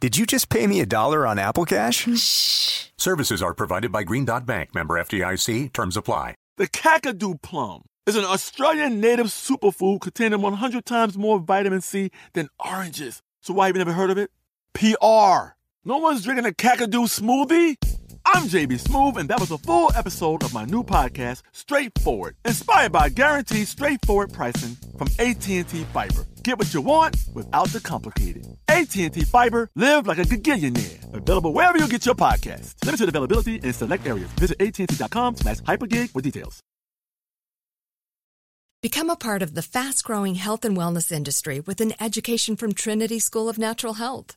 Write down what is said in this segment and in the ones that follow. Did you just pay me a dollar on Apple Cash? Shh. Services are provided by Green Dot Bank, member FDIC. Terms apply. The Kakadu plum is an Australian native superfood containing 100 times more vitamin C than oranges. So why have you never heard of it? PR. No one's drinking a Kakadu smoothie? I'm JB Smoove, and that was a full episode of my new podcast, Straightforward, inspired by guaranteed straightforward pricing from AT&T Fiber. Get what you want without the complicated. AT&T Fiber, live like a gigillionaire. Available wherever you get your podcast. Limited availability in select areas. Visit AT&T.com slash hypergig for details. Become a part of the fast growing health and wellness industry with an education from Trinity School of Natural Health.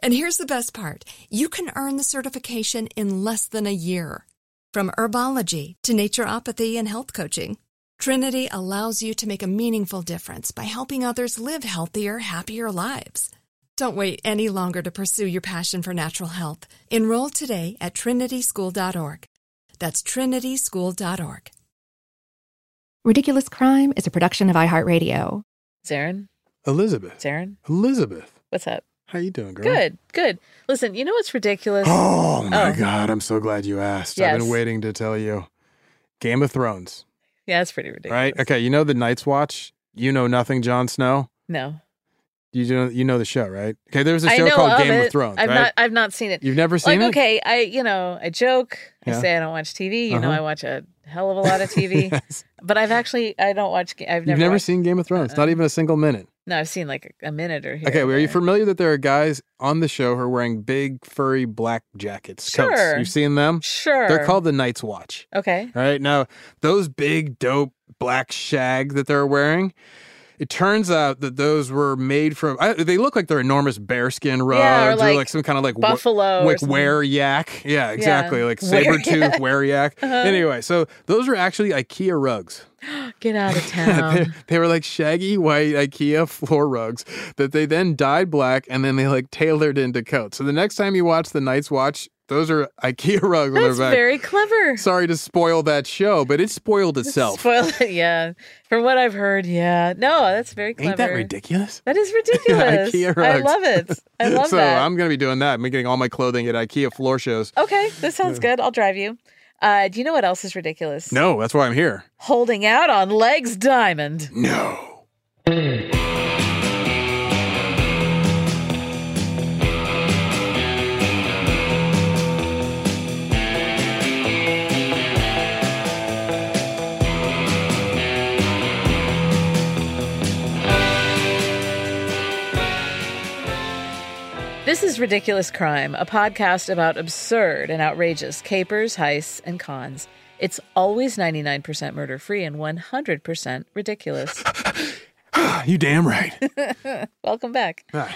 And here's the best part you can earn the certification in less than a year. From herbology to naturopathy and health coaching, Trinity allows you to make a meaningful difference by helping others live healthier, happier lives. Don't wait any longer to pursue your passion for natural health. Enroll today at trinityschool.org. That's trinityschool.org. Ridiculous Crime is a production of iHeartRadio. Zarin, Elizabeth. Zarin, Elizabeth. what's up? How you doing, girl? Good, good. Listen, you know what's ridiculous? Oh my Oh. god, I'm so glad you asked. I've been Yes. waiting to tell you. Game of Thrones, Yeah, it's pretty ridiculous. right? Okay, you know the Night's Watch? You know nothing, Jon Snow? No, You do, you know the show, right? Okay, there's a I show know called of Game it. of Thrones, I've right? not, I've not seen it. You've never seen like, it? okay, I, you know, I joke. Yeah. I say I don't watch TV. You know, Uh-huh. I watch a hell of a lot of TV, Yes. but I've Uh-uh. actually, I don't watch. ga- I've You've never watched- seen Game of Thrones, not even a single minute. No, I've seen like a minute or here. Okay, or well, are you there. familiar that there are guys on the show who are wearing big, furry black jackets? Coats. Sure. You've seen them? Sure. They're called the Night's Watch. Okay. All right. Now, those big, dope black shag that they're wearing, it turns out that those were made from, I, they look like they're enormous bearskin rugs Yeah, or like, like some kind of like wo- Buffalo. or like something. wear yak. Yeah, exactly. Like saber tooth wear yak. Uh-huh. Anyway, so those are actually IKEA rugs. Get out of they, town. they were like shaggy white IKEA floor rugs that they then dyed black and then they like tailored into coats. So the next time you watch the Night's Watch, those are IKEA rugs. when they're That's back. very clever. Sorry to spoil that show, but it spoiled itself. Spoil it. Yeah. From what I've heard, yeah. No, that's very clever. Ain't that ridiculous? That is ridiculous. IKEA I rugs. love it. I love so that. I'm gonna be doing that. I'm getting all my clothing at IKEA floor shows. Okay, this sounds good. I'll drive you. Uh, do you know what else is ridiculous? No, that's why I'm here. Holding out on legs diamond. No. This is Ridiculous Crime, a podcast about absurd and outrageous capers, heists, and cons. It's always 99% murder free and 100% ridiculous. You damn right. Welcome back. Ah.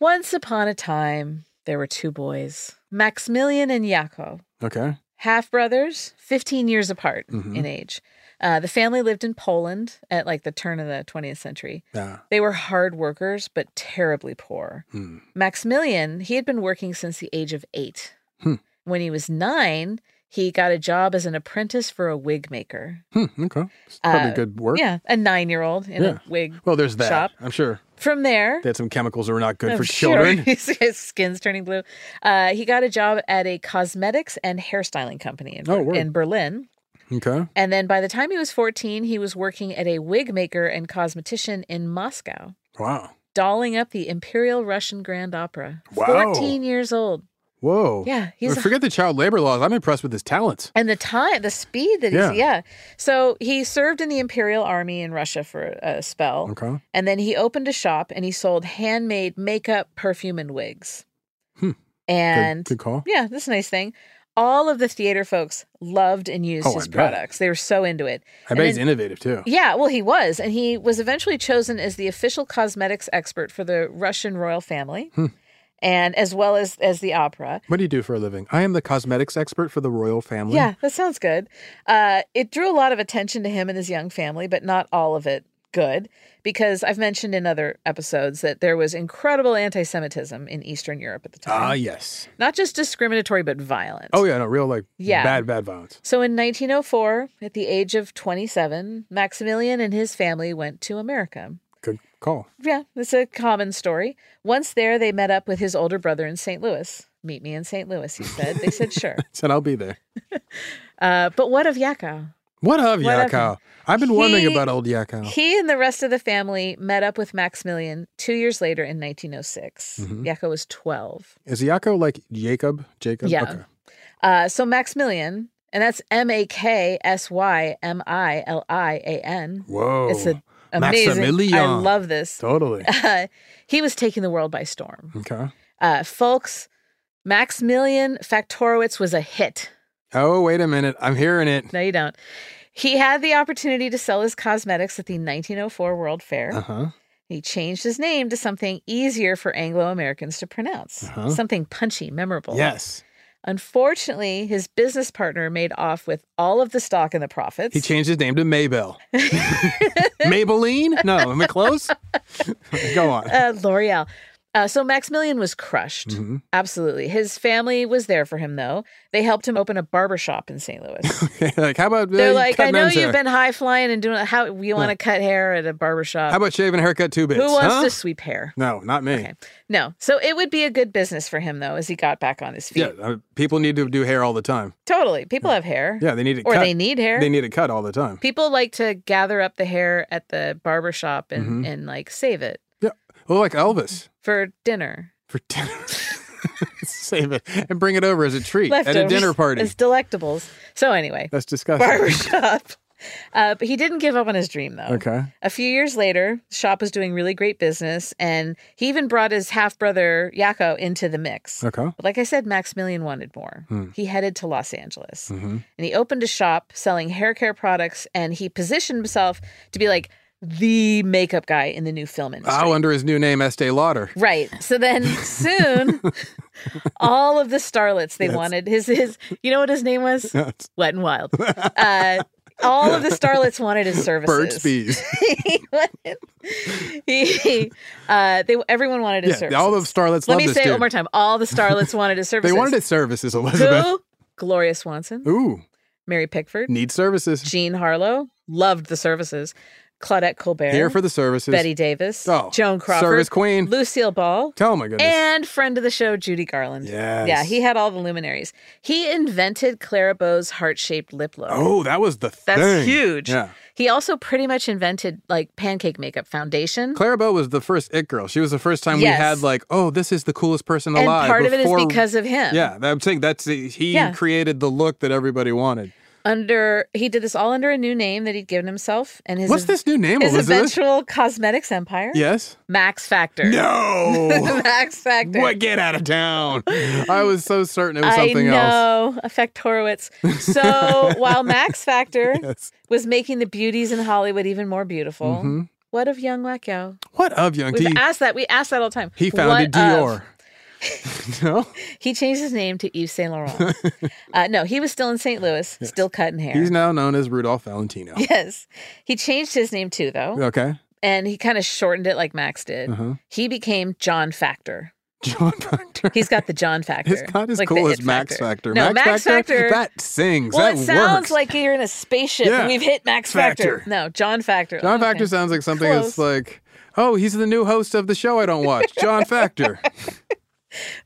Once upon a time, there were two boys, Maximilian and Jaco. okay. half brothers, 15 years apart Mm-hmm. in age. Uh, the family lived in Poland at like the turn of the 20th century. Yeah. They were hard workers, but terribly poor. Maximilian, he had been working since the age of eight. Hmm. When he was nine, he got a job as an apprentice for a wig maker. Hmm, okay. It's probably Uh, good work. Yeah, a nine year old in Yeah. a wig. Well, there's that. Shop. I'm sure From there, they had some chemicals that were not good I'm for sure children. his, his skin's turning blue. Uh, he got a job at a cosmetics and hairstyling company in, Oh, word. in Berlin. Okay. And then by the time he was 14, he was working at a wig maker and cosmetician in Moscow, Wow. dolling up the Imperial Russian Grand Opera. Wow. 14 years old. Whoa. Yeah, he's Well, a- forget the child labor laws. I'm impressed with his talents. And the time, the speed that he's, Yeah. yeah. So he served in the Imperial Army in Russia for a spell. Okay. And then he opened a shop and he sold handmade makeup, perfume, and wigs. Hmm. And good call. yeah, this is a nice thing. All of the theater folks loved and used Oh, I his bet. products. They were so into it. I And bet he's then- innovative too. Yeah, well, he was. And he was eventually chosen as the official cosmetics expert for the Russian royal family. Hmm. And as well as as the opera, What do you do for a living? I am the cosmetics expert for the royal family. yeah, that sounds good. Uh, it drew a lot of attention to him and his young family, but not all of it good, because I've mentioned in other episodes that there was incredible anti Semitism in Eastern Europe at the time. Ah, yes. Not just discriminatory, but violent. Oh, yeah. No, real like Yeah. bad, bad violence. So in 1904, at the age of 27, Maximilian and his family went to America. Good call. Yeah, it's a common story. Once there, they met up with his older brother in St. Louis. Meet me in St. Louis, he said. They said, sure. Said I'll be there. Uh, but what of Yakov? What of What of Yakow? I've been wondering He- about old Yakow. He and the rest of the family met up with Maximilian two years later in 1906. Mhm. Yakov was 12. Is Yakow like Jacob? Jacob? Yeah. Okay. Uh, so Maximilian, and that's M A K S Y M I L I A N. Whoa. It's a amazing. I Maximilian. love this. Totally. he was taking the world by storm. Okay. Uh, folks, Maximilian Faktorowicz was a hit. Oh, wait a minute. I'm hearing it. No, you don't. He had the opportunity to sell his cosmetics at the 1904 World Fair. Uh huh. He changed his name to something easier for Anglo Americans to pronounce, Uh-huh. something punchy, memorable. Yes. Unfortunately, his business partner made off with all of the stock and the profits. He changed his name to Maybell. Maybelline? No, am I close? Go on. uh, L'Oreal. Uh, so Maximilian was crushed. Mhm. Absolutely. His family was there for him, though. They helped him open a barber shop in St. Louis. Okay, like, how about uh, They're like, I cutting know men's you've hair? been high flying and doing how you want to cut hair at a barber shop. How about shaving a haircut two bits? Who wants huh? to sweep hair? No, not me. Okay. No. So it would be a good business for him, though, as he got back on his feet. Yeah, uh, people need to do hair all the time. Totally. People have hair. Yeah, they need it Or cut. they need hair. They need it cut all the time. People like to gather up the hair at the barber shop and, Mm-hmm. and like save it Yeah. Well, like Elvis for dinner. for dinner. Save it and bring it over as a treat at a Leftovers dinner party. As delectables. So anyway, That's disgusting. barber shop. Uh, but he didn't give up on his dream, though. Okay. A few years later, the shop was doing really great business, and he even brought his half brother Yakko into the mix. Okay. But like I said, Maximilian wanted more. Hmm. He headed to Los Angeles Mm-hmm. and he opened a shop selling hair care products and he positioned himself to be like the makeup guy in the new film industry. Oh, under his new name, Estee Lauder. Right. So then soon all of the starlets they wanted his his you know what his name was? That's Wet and Wild. Uh, all of the starlets wanted his services. Burt's Bees. he wanted, he, uh, they everyone wanted his yeah, services. all the starlets Let love me this say it dude. one more time. All the starlets wanted his services. They wanted his services, Elizabeth. Who? Gloria Swanson, Ooh, Mary Pickford, need services. Jean Harlow, loved the services. Claudette Colbert, Here for the services. Betty Davis, Oh, Joan Crawford, service queen. Lucille Ball, Tell my goodness. and friend of the show Judy Garland. Yes. Yeah, he had all the luminaries. He invented Clara Bow's heart-shaped lip look. oh, that was the That's thing. huge. Yeah. He also pretty much invented like pancake makeup foundation. Clara Bow was the first it girl. She was the first time Yes. we had like, oh, this is the coolest person and alive. part of it is before- because of him. Yeah, I'm saying that's he Yeah. created the look that everybody wanted. Under he did this all under a new name that he'd given himself and his What's this new name? his Elizabeth? eventual cosmetics empire. Yes. Max Factor. No. Max Factor. what? Get out of town. I was so certain it was I something else. know, Effect Horowitz. So while Max Factor Yes. Mm-hmm. was making the beauties in Hollywood even more beautiful, what of Young Wacko? What of Young We've T? asked that. We asked that all the time. He What founded of? Dior. no, He changed his name to Yves Saint Laurent. uh, no, he was still in St. Louis, still cutting hair. he's now known as Rudolph Valentino. yes, he changed his name too, though, Okay, and he kind of shortened it like Max did. Uh-huh. He became John Factor. John Proctor. He's got the John Factor. It's not as like the cool it as Max Factor. No, Max, Factor. That sings. well, that it sounds works. like you're in a spaceship. Yeah. We've hit Max Factor. Factor. No, John Factor. John Okay. Factor sounds like something that's Close. like, oh, he's the new host of the show I don't watch. John Factor.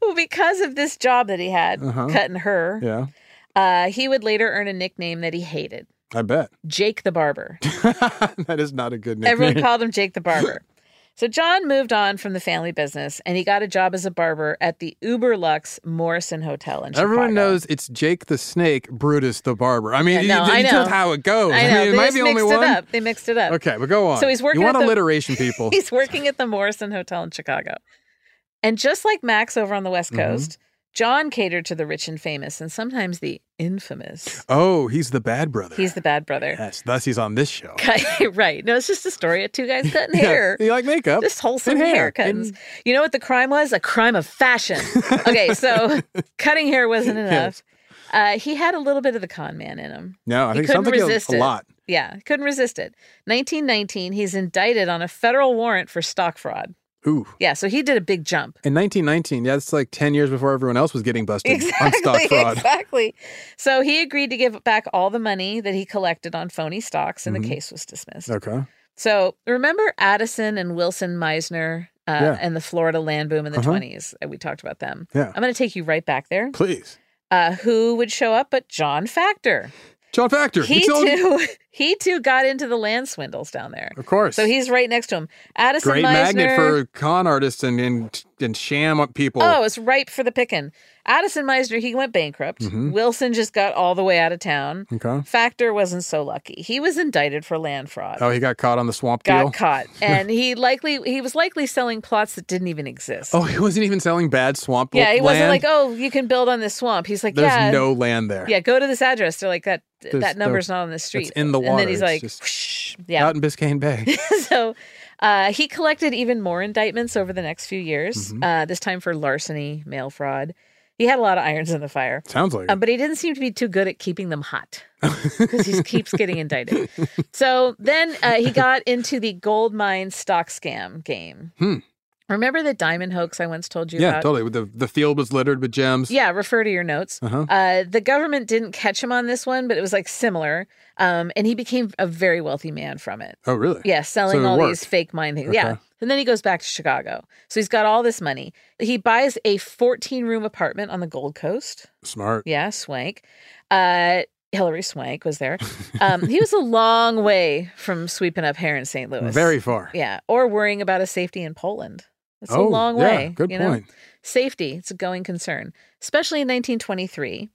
Well, because of this job that he had, cutting her, Uh-huh. yeah, uh, he would later earn a nickname that he hated I bet. Jake the Barber. that is not a good nickname. Everyone called him Jake the Barber. So John moved on from the family business and he got a job as a barber at the Uber Lux Morrison Hotel in Everyone Chicago. knows it's Jake the Snake, Brutus the Barber. I mean, Yeah, no, you, I you know. told how it goes. I know. mean, it they might just be only mixed one. it up. They mixed it up. Okay, but go on. So he's working You want at the- alliteration, people? He's working at the Morrison Hotel in Chicago. And just like Max over on the West Mhm. Coast, John catered to the rich and famous and sometimes the infamous. oh, he's the bad brother. He's the bad brother. yes. Thus, he's on this show. right. No, it's just a story of two guys cutting Yeah, hair. You like makeup? Just wholesome and hair hair. cuttings. And- You know what the crime was? A crime of fashion. Okay, so cutting hair wasn't enough. Yes. Uh, he had a little bit of the con man in him. No, I He think couldn't something a, resist a it. lot. Yeah, couldn't resist it. 1919, he's indicted on a federal warrant for stock fraud. Ooh. Yeah, so he did a big jump. In 1919, yeah, that's like 10 years before everyone else was getting busted on Exactly, stock fraud. exactly. So he agreed to give back all the money that he collected on phony stocks, and Mhm. the case was dismissed. Okay. So remember Addison and Wilson Meisner uh, Yeah. and the Florida land boom in the Uh-huh. 20s? Uh, We talked about them. Yeah. I'm going to take you right back there. Please. Uh, who would show up but John Factor? John Factor. He told- too. He too got into the land swindles down there. Of course. So he's right next to him. Addison great Meisner. magnet for con artists and and, and sham people. Oh, it's ripe for the picking. Addison Meisner, he went bankrupt. Mm-hmm. Wilson just got all the way out of town. Okay. Factor wasn't so lucky. He was indicted for land fraud. Oh, he got caught on the swamp got deal. caught. And he likely he was likely selling plots that didn't even exist. Oh, he wasn't even selling bad swamp. yeah, he wasn't land? like, "Oh, you can build on this swamp." He's like, There's "Yeah." no land there. Yeah, go to this address. They're like that. There's that no- number's not on the street. in the And water. then he's It's like, just- "Whoosh." yeah. Out in Biscayne Bay. so uh, he collected even more indictments over the next few years, Mm-hmm. uh, this time for larceny, mail fraud. He had a lot of irons in the fire, Sounds like. um, but he didn't seem to be too good at keeping them hot because he keeps getting indicted. So then uh, he got into the gold mine stock scam game. Hmm. Remember the diamond hoax I once told you yeah, about? totally. The the field was littered with gems. Yeah, refer to your notes. Uh-huh. Uh, the government didn't catch him on this one, but it was like similar. Um, and he became a very wealthy man from it. Oh, really? Yeah, selling it all these worked. fake mine things. Okay. Yeah. And then he goes back to Chicago. So he's got all this money. He buys a 14 room apartment on the Gold Coast. Smart. Yeah, Swank. Uh, Hillary Swank was there. Um, he was a long way from sweeping up hair in St. Louis. Very far. Yeah. Or worrying about his safety in Poland. That's oh, a long yeah, way. Good you know? point. Safety, it's a going concern, especially in 1923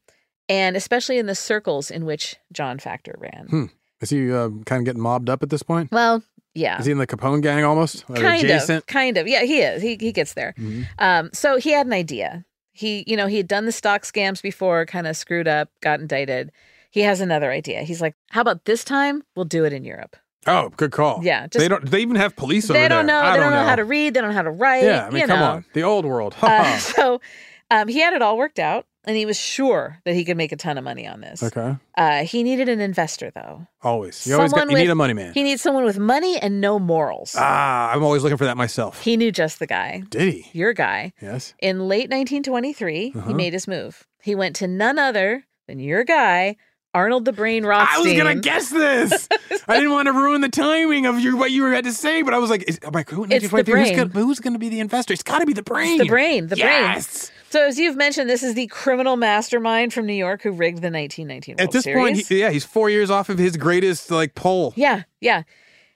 and especially in the circles in which John Factor ran. Hmm. Is he um, kind of getting mobbed up at this point? Well, yeah. Is he in the Capone gang almost? Or kind adjacent? Mm-hmm. of kind of yeah he is he, he gets there um so he had an idea he you know he had done the stock scams before kind of screwed up got indicted he has another idea he's like how about this time we'll do it in europe Oh, good call. Yeah, they just- don't. They even have police over they don't there. know I they don't know. how to read they don't know how to write Yeah, I mean, you come know. on. The old world. Ha Uh, ha. so um he had it all worked out and he was sure that he could make a ton of money on this okay. uh he needed an investor though Always. You always got, Someone you need with- a money man. he needs someone with money and no morals ah, I'm always looking for that myself. he knew just the guy Did he? your guy Yes. In late 1923, Uh-huh. he made his move. He went to none other than your guy, Arnold the Brain Rothstein. I was gonna guess this. I didn't want to ruin the timing of your, what you had to say, but I was like, is, am I who, in It's the 1923? who's brain. gonna, who's gonna be the investor? It's got to be the brain. The brain, the yes. brain. So, as you've mentioned, this is the criminal mastermind from New York who rigged the 1919 World At this Series. point, he, yeah, he's four years off of his greatest like poll. yeah, yeah.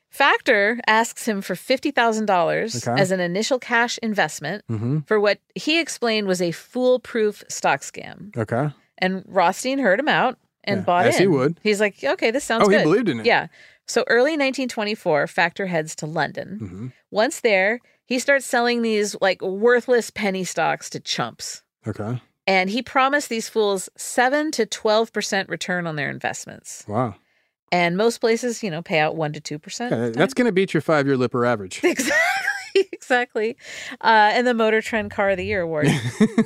Factor asks him for fifty thousand dollars Okay. Mm-hmm. as an initial cash investment for what he explained was a foolproof stock scam, Okay. and Rothstein heard him out and Yeah, bought as in. he would. He's like, okay, this sounds Oh, he good. believed in it. Yeah. So early 1924, Factor heads to London. Mm-hmm. Once there, he starts selling these like worthless penny stocks to chumps. Okay. And he promised these fools 7 to 12% return on their investments. Wow. And most places, you know, pay out 1 to 2%. Yeah, that's gonna beat your five year Lipper average. Exactly. Exactly. Uh, and the Motor Trend Car of the Year award.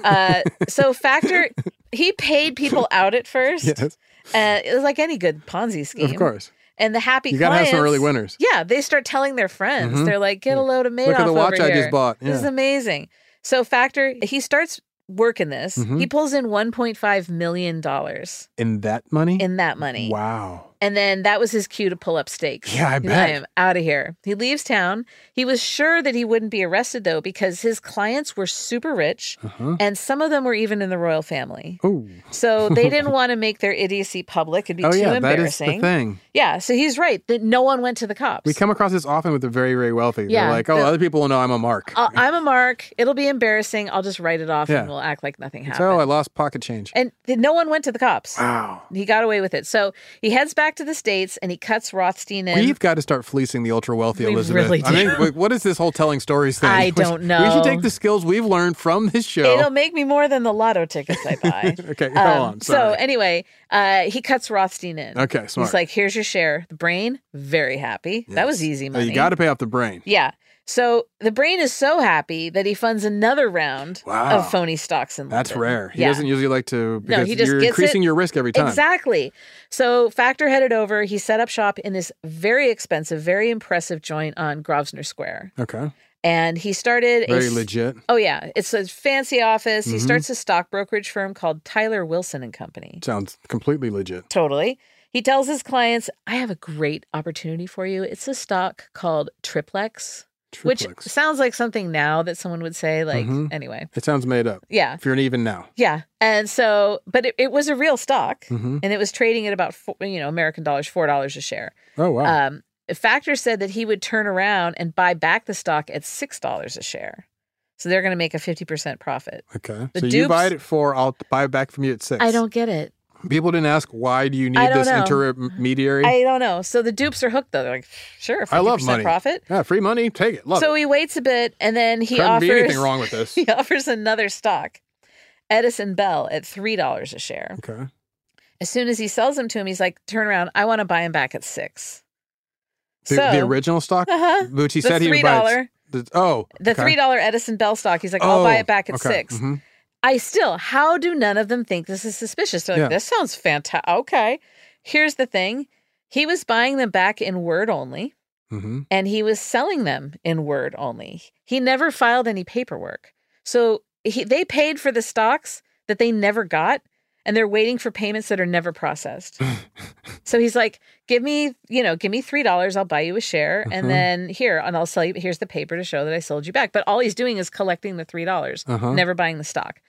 uh, so Factor, he paid people out at first. Yes. Uh, it was like any good Ponzi scheme. Of course. And the happy You gotta have some clients- early winners. Mm-hmm. Yeah, they start telling their friends. They're like, "Get a load of Madoff Look at the watch over I here. just bought. This is Yeah. amazing." So Factor, he starts working Mm-hmm. this. He pulls in 1.5 million dollars In that money. in that money. Wow. And then that was his cue to pull up stakes. Yeah, I He's, bet. I am out of here. He leaves town. He was sure that he wouldn't be arrested though, because his clients were super rich, Uh-huh. and some of them were even in the royal family. Oh, So they didn't want to make their idiocy public. It'd be oh too yeah, that is embarrassing. the thing. Yeah, so he's right that no one went to the cops. We come across this often with the very, very wealthy. Yeah, They're like, oh, the- other people will know I'm a mark. Uh, I'm a mark. It'll be embarrassing. I'll just write it off Yeah. and we'll act like nothing happened. so I lost pocket change. and th- no one went to the cops. Wow. He got away with it. So he heads back to the States and he cuts Rothstein in. We've got to start fleecing the ultra wealthy, We Elizabeth. really I do. mean, like, what is this whole telling stories thing? I We don't should- We should know. take the skills we've learned from this show. It'll make me more than the lotto tickets I buy. Okay, go Um, on. So Sorry. anyway, uh, he cuts Rothstein in. okay, smart. He's like, here's your share. The brain, very happy. That was easy Uh, money. you got to pay off the brain. Yeah. So the brain is so happy that he funds another round Wow. of phony stocks in London. That's rare. He Yeah. doesn't usually like to No, because he just you're gets increasing it- your risk every time. Exactly. So Factor headed over. He set up shop in this very expensive, very impressive joint on Grosvenor Square. Okay. And he started Very a legit. Oh yeah, it's a fancy office. He Mhm. starts a stock brokerage firm called Tyler Wilson and Company. Sounds completely legit. Totally. He tells his clients, "I have a great opportunity for you. It's a stock called Triplex, which Triplex. sounds like something now that someone would say like Mhm. anyway. It sounds made up. Yeah. If you're an even now. Yeah. And so, but it, it was a real stock Mhm. and it was trading at about, four, you know, American dollars, $4 a share. Oh wow. Um, Factor said that he would turn around and buy back the stock at $6 a share. So they're going to make a 50% profit. okay. the So you buy it dupes- at four, I'll buy it back from you at six. I don't get it. People didn't ask why do you I need don't this know. intermediary. I don't know. So the dupes are hooked though. They're like, sure, 50% I love money. profit. Yeah, free money. Take it. Love so it. he waits a bit and then he Couldn't offers be anything wrong with this. he offers another stock, Edison Bell at $3 a share. Okay. As soon as he sells them to him, he's like, turn around. I want to buy him back at 6. The, the original stock, Uh-huh. which he The said he would buy. $3. it- The, oh, The okay. three dollar Edison Bell stock. He's like, I'll buy Oh, it back at okay. 6 Mhm. I still, how do none of them think this is suspicious? They're like, Yeah. this sounds fantastic. Okay, here's the thing: he was buying them back in word only, Mhm. and he was selling them in word only. He never filed any paperwork, so he, they paid for the stocks that they never got, and they're waiting for payments that are never processed. so he's like, "Give me, you know, give me three dollars. I'll buy you a share, and then here, and I'll sell you. Here's the paper to show that I sold you back." But all he's doing is collecting the three dollars, Uh-huh. never buying the stock.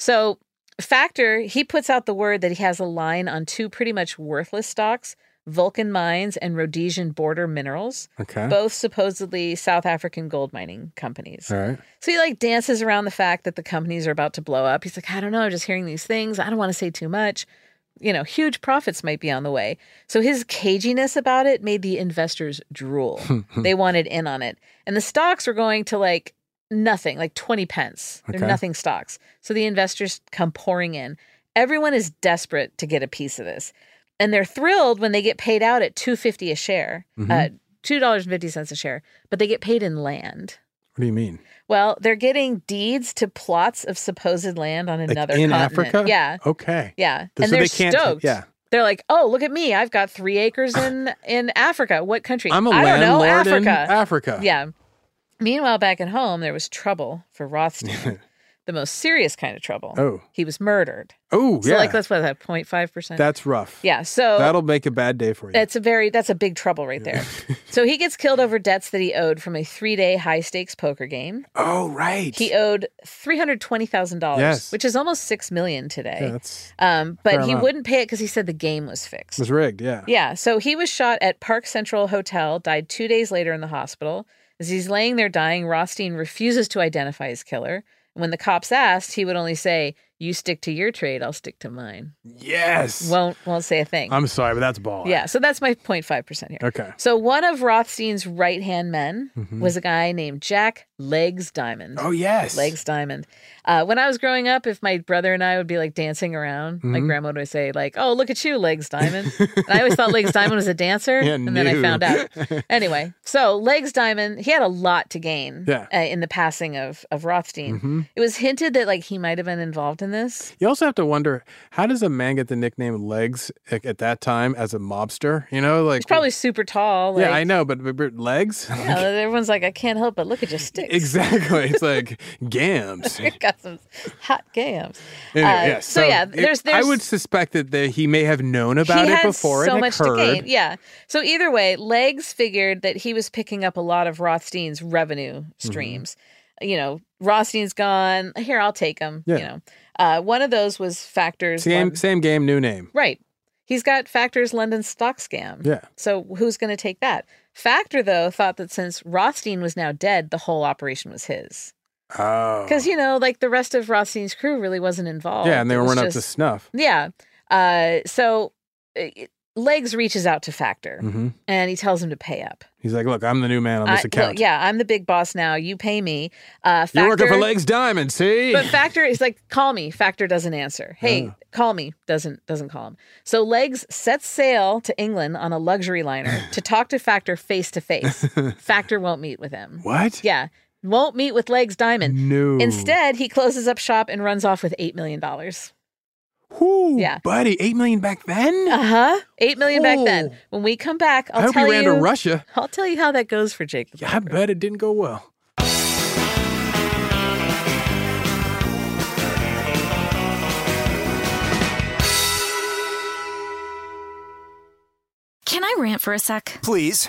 So Factor, he puts out the word that he has a line on two pretty much worthless stocks, Vulcan Mines and Rhodesian Border Minerals, Okay. both supposedly South African gold mining companies. All right. So he like dances around the fact that the companies are about to blow up. He's like, I don't know, I'm just hearing these things. I don't want to say too much. You know, huge profits might be on the way. So his caginess about it made the investors drool. they wanted in on it. And the stocks were going to like nothing, like 20 pence. They're Okay. nothing stocks. So the investors come pouring in. Everyone is desperate to get a piece of this. And they're thrilled when they get paid out at 250 a share. Uh, $2.50 a share, but they get paid in land. What do you mean? Well, they're getting deeds to plots of supposed land on Like another in continent. Africa? Yeah. Okay. Yeah. So and they're they can't- stoked. yeah. They're like, "Oh, look at me. I've got 3 acres in in Africa. What country?" I'm a I don't know, landlord in Africa. Africa. Yeah. Meanwhile, back at home, there was trouble for Rothstein. the most serious kind of trouble. Oh. He was murdered. Oh, So yeah. like that's what that 0.5%. That's rough. yeah. So That'll make a bad day for you. that's a very that's a big trouble right there. so he gets killed over debts that he owed from a 3-day high-stakes poker game. oh, right. He owed three hundred twenty thousand dollars, Yes. which is almost six million yeah, today. that's um, but fair he amount. wouldn't pay it because he said the game was fixed. it was rigged. Yeah. yeah, so he was shot at Park Central Hotel, died two days later in the hospital. As he's laying there dying, Rothstein refuses to identify his killer. And when the cops asked, he would only say, "You stick to your trade, I'll stick to mine." Yes. Won't won't say a thing. I'm sorry, but that's ball. yeah, so that's my 0.5 percent here. Okay. Mm-hmm. So one of Rothstein's right hand men was a guy named Jack Legs Diamond. Oh, yes. Legs Diamond. Uh, when I was growing up, if my brother and I would be like dancing around, my Mm-hmm. grandma would always say like, "Oh, look at you, Legs Diamond." and I always thought Legs Diamond was a dancer, Yeah, and then I new. found out. Anyway, so Legs Diamond, he had a lot to gain Yeah. Mm-hmm. uh, in the passing of of Rothstein. It was hinted that like he might have been involved in in this. You also have to wonder how does a man get the nickname Legs like, at that time as a mobster? You know, like He's probably super tall. Like, yeah, I know, but, but, but Legs. you know, everyone's like, I can't help but look at your sticks. Exactly. It's like gams. Anyway, Got some hot gams. Uh, yeah, so, yeah, it- there's, there's I would suspect that the, he may have known about he it had before so it much occurred. to gain. Yeah. So either way, Legs figured that he was picking up a lot of Rothstein's revenue Mm-hmm. streams. You know, Rothstein's gone. Here, I'll take him. You Yeah. know, uh, one of those was Factors. Same Lon- same game, new name. Right. He's got Factor's London stock scam. Yeah. So who's going to take that? Factor, though, thought that since Rothstein was now dead, the whole operation was his. Oh. Because, you know, like the rest of Rothstein's crew really wasn't involved. yeah, and they Oh, It was weren't up to just- snuff. yeah. Uh, so uh, Legs reaches out to Factor hmm and he tells him to pay up. He's like, look, I'm the new man on this I- account. look, yeah, I'm the big boss now. You pay me. Uh, Factor, You're working for Legs Diamond, see? But Factor is like, call me. Factor doesn't answer. Ah. Hey, call me. Doesn't doesn't call him. So Legs sets sail to England on a luxury liner to talk to Factor face to face. Factor won't meet with him. what? Yeah, won't meet with Legs Diamond. No. Instead, he closes up shop and runs off with eight million dollars. Whoo, Yeah. buddy, eight million back then. Uh huh. Eight million back Oh. then. When we come back, I'll I hope tell he ran you. to Russia. I'll tell you how that goes for Jake. the Yeah, I Plumber. bet it didn't go well. Can I rant for a sec? Please,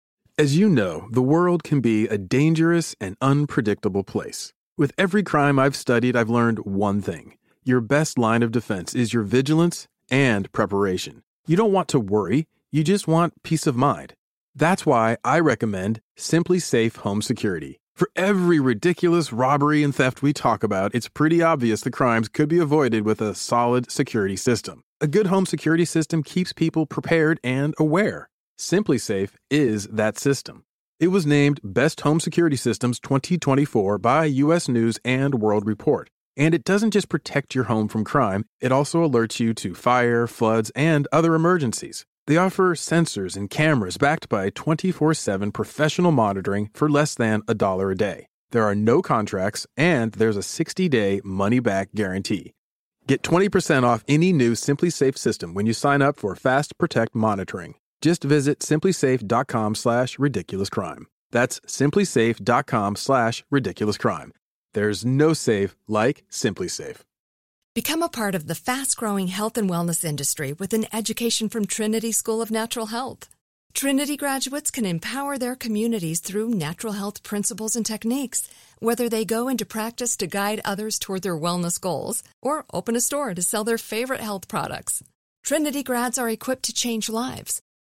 As you know, the world can be a dangerous and unpredictable place. With every crime I've studied, I've learned one thing your best line of defense is your vigilance and preparation. You don't want to worry, you just want peace of mind. That's why I recommend Simply Safe Home Security. For every ridiculous robbery and theft we talk about, it's pretty obvious the crimes could be avoided with a solid security system. A good home security system keeps people prepared and aware. Simply Safe is that system. It was named Best Home Security Systems 2024 by US News and World Report. And it doesn't just protect your home from crime, it also alerts you to fire, floods, and other emergencies. They offer sensors and cameras backed by 24 7 professional monitoring for less than a dollar a day. There are no contracts, and there's a 60 day money back guarantee. Get 20% off any new Simply Safe system when you sign up for Fast Protect monitoring. Just visit simplysafe.com slash ridiculous crime. That's simplysafe.com slash ridiculous crime. There's no safe like Simply Safe. Become a part of the fast growing health and wellness industry with an education from Trinity School of Natural Health. Trinity graduates can empower their communities through natural health principles and techniques, whether they go into practice to guide others toward their wellness goals or open a store to sell their favorite health products. Trinity grads are equipped to change lives.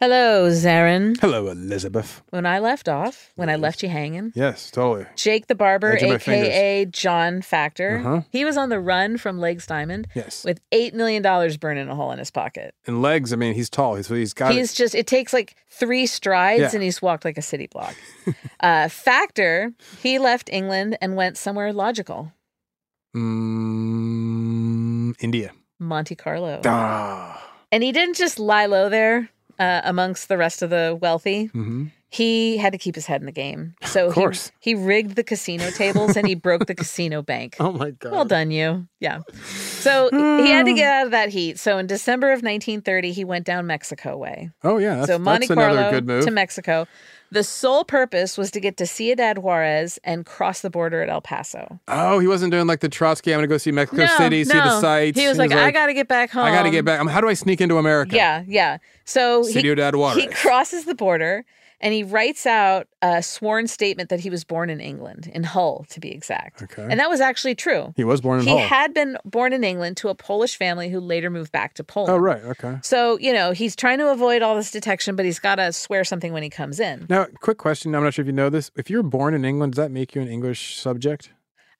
Hello, Zarin. Hello, Elizabeth. When I left off, when I left you hanging, Yes, totally. Jake the Barber, Edge of my aka John Factor. Uh-huh. He was on the run from Legs Diamond Yes. with $8 million burning a hole in his pocket. And legs, I mean, he's tall. He's, he's got he's just, it takes like three strides Yeah. and he's walked like a city block. uh, Factor, he left England and went somewhere logical Mm, India. Monte Carlo. Ah. And he didn't just lie low there uh, amongst the rest of the wealthy. Mhm. He had to keep his head in the game. So Of course. He, he rigged the casino tables and he broke the casino bank. Oh my God. Well done, you. Yeah. So he Hmm. had to get out of that heat. So in December of 1930, he went down Mexico way. Oh yeah. That's, so Monte that's Carlo another good move. to Mexico. The sole purpose was to get to Ciudad Juarez and cross the border at El Paso. oh, he wasn't doing like the Trotsky. I'm gonna go see Mexico No, City, see no. the sights. He was, like, I got to get back home. I gotta get back. Um, how do I sneak into America? Yeah, yeah. So Ciudad he, Juarez. he crosses the border and he writes out a sworn statement that he was born in England, in Hull to be exact. Okay. And that was actually true. He was born in He Hull. had been born in England to a Polish family who later moved back to Poland. Oh right. Okay. So, you know, he's trying to avoid all this detection, but he's got to swear something when he comes in. Now, quick question. I'm not sure if you know this. If you're born in England, does that make you an English subject?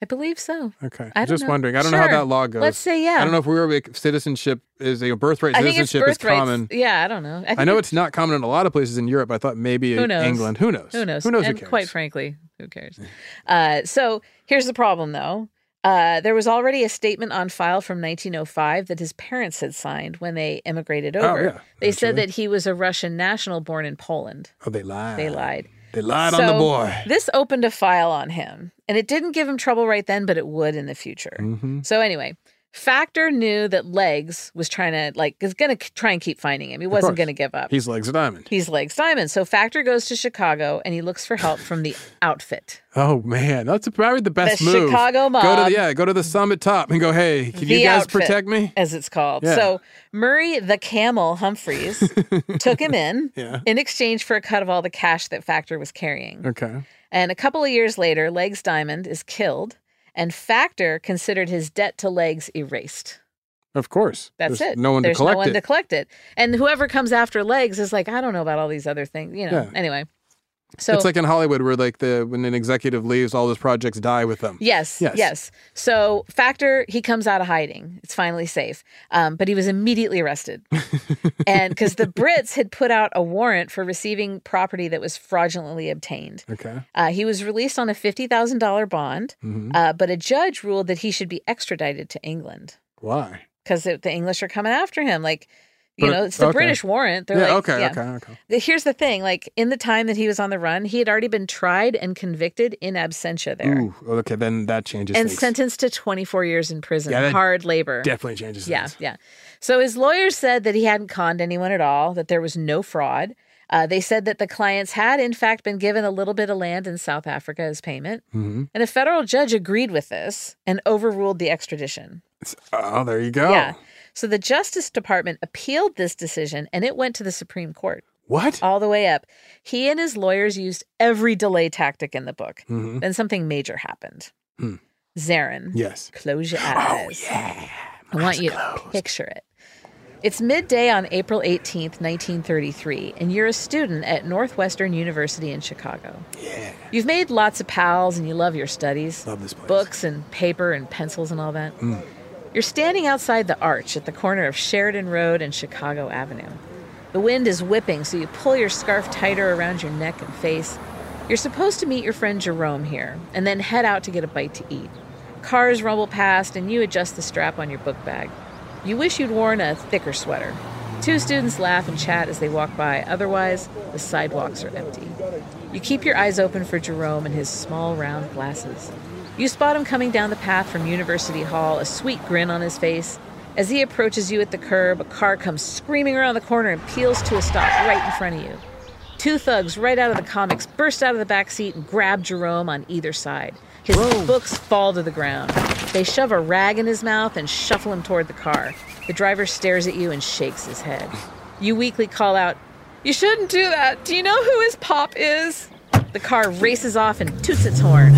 I believe so. Okay. I don't Just know. wondering. I don't know how Sure. that law goes. Let's say, yeah. I don't know if we were like, citizenship is a birthright I think it's citizenship is birthrights. common. Yeah, I don't know. think I know it's not common in a lot of places in Europe. I thought maybe Who in knows? England. Who knows? Who knows? Who knows? And cares? quite frankly, who cares? Uh, so here's the problem, though. Uh, there was already a statement on file from 1905 that his parents had signed when they immigrated Oh, over. yeah, they said naturally. that he was a Russian national born in Poland. Oh, they lied. They lied. They lied on the So, boy. This opened a file on him, and it didn't give him trouble right then, but it would in the future. Mm-hmm. So anyway, Factor knew that Legs was trying to like is going to try and keep finding him. He wasn't course. going to give up. He's legs of diamond. He's Legs Diamond. So Factor goes to Chicago and he looks for help from the outfit. Oh man, that's probably the best The move. Chicago Go to mob. the, yeah, go to the summit top and go. Hey, can you The guys outfit, protect me? As it's called. Yeah. So Murray the Camel Humphreys took him in Yeah. in exchange for a cut of all the cash that Factor was carrying. Okay. And a couple of years later, Legs Diamond is killed, and Factor considered his debt to Legs erased. Of course. That's There's it. No one There's to collect no one it. to collect it. And whoever comes after Legs is like, I don't know about all these other things. You know. Yeah. Anyway. So it's like in Hollywood where like the when an executive leaves, all those projects die with them. Yes, Yes. yes. So Factor, he comes out of hiding. It's finally safe. Um, but he was immediately arrested. and because the Brits had put out a warrant for receiving property that was fraudulently obtained. Okay. Uh, he was released on a $50,000 bond, Mm-hmm. uh, but a judge ruled that he should be extradited to England Why? because the the English are coming after him. Like, you But- know, it's the okay. British warrant. They're yeah. like, okay. yeah. Okay. Okay. The- Here's the thing like, in the time that he was on the run, he had already been tried and convicted in absentia there Ooh. Okay. Then that changes. and things. sentenced to 24 years in prison, Yeah, that hard labor. definitely changes. yeah, Things. yeah. So his lawyers said that he hadn't conned anyone at all, that there was no fraud. Uh, they said that the clients had, in fact, been given a little bit of land in South Africa as payment. Mm-hmm. And a federal judge agreed with this and overruled the extradition. Oh, there you go. Yeah. So the Justice Department appealed this decision and it went to the Supreme Court What? all the way up. He and his lawyers used every delay tactic in the book. Mm-hmm. Then something major happened. Hmm. Zarin. Yes. Close your eyes. Oh, yeah. I want you to picture it. It's midday on April 18th, 1933, and you're a student at Northwestern University in Chicago. Yeah. You've made lots of pals and you love your studies. Love this place. Books and paper and pencils and all that. You're standing outside the arch at the corner of Sheridan Road and Chicago Avenue. The wind is whipping, so you pull your scarf tighter around your neck and face. You're supposed to meet your friend Jerome here and then head out to get a bite to eat. Cars rumble past, and you adjust the strap on your book bag. You wish you'd worn a thicker sweater. Two students laugh and chat as they walk by, otherwise, the sidewalks are empty. You keep your eyes open for Jerome and his small round glasses. You spot him coming down the path from University Hall, a sweet grin on his face. As he approaches you at the curb, a car comes screaming around the corner and peels to a stop right in front of you. Two thugs right out of the comics burst out of the back seat and grab Jerome on either side. His books fall to the ground. They shove a rag in his mouth and shuffle him toward the car. The driver stares at you and shakes his head. You weakly call out, You shouldn't do that. Do you know who his pop is? The car races off and toots its horn.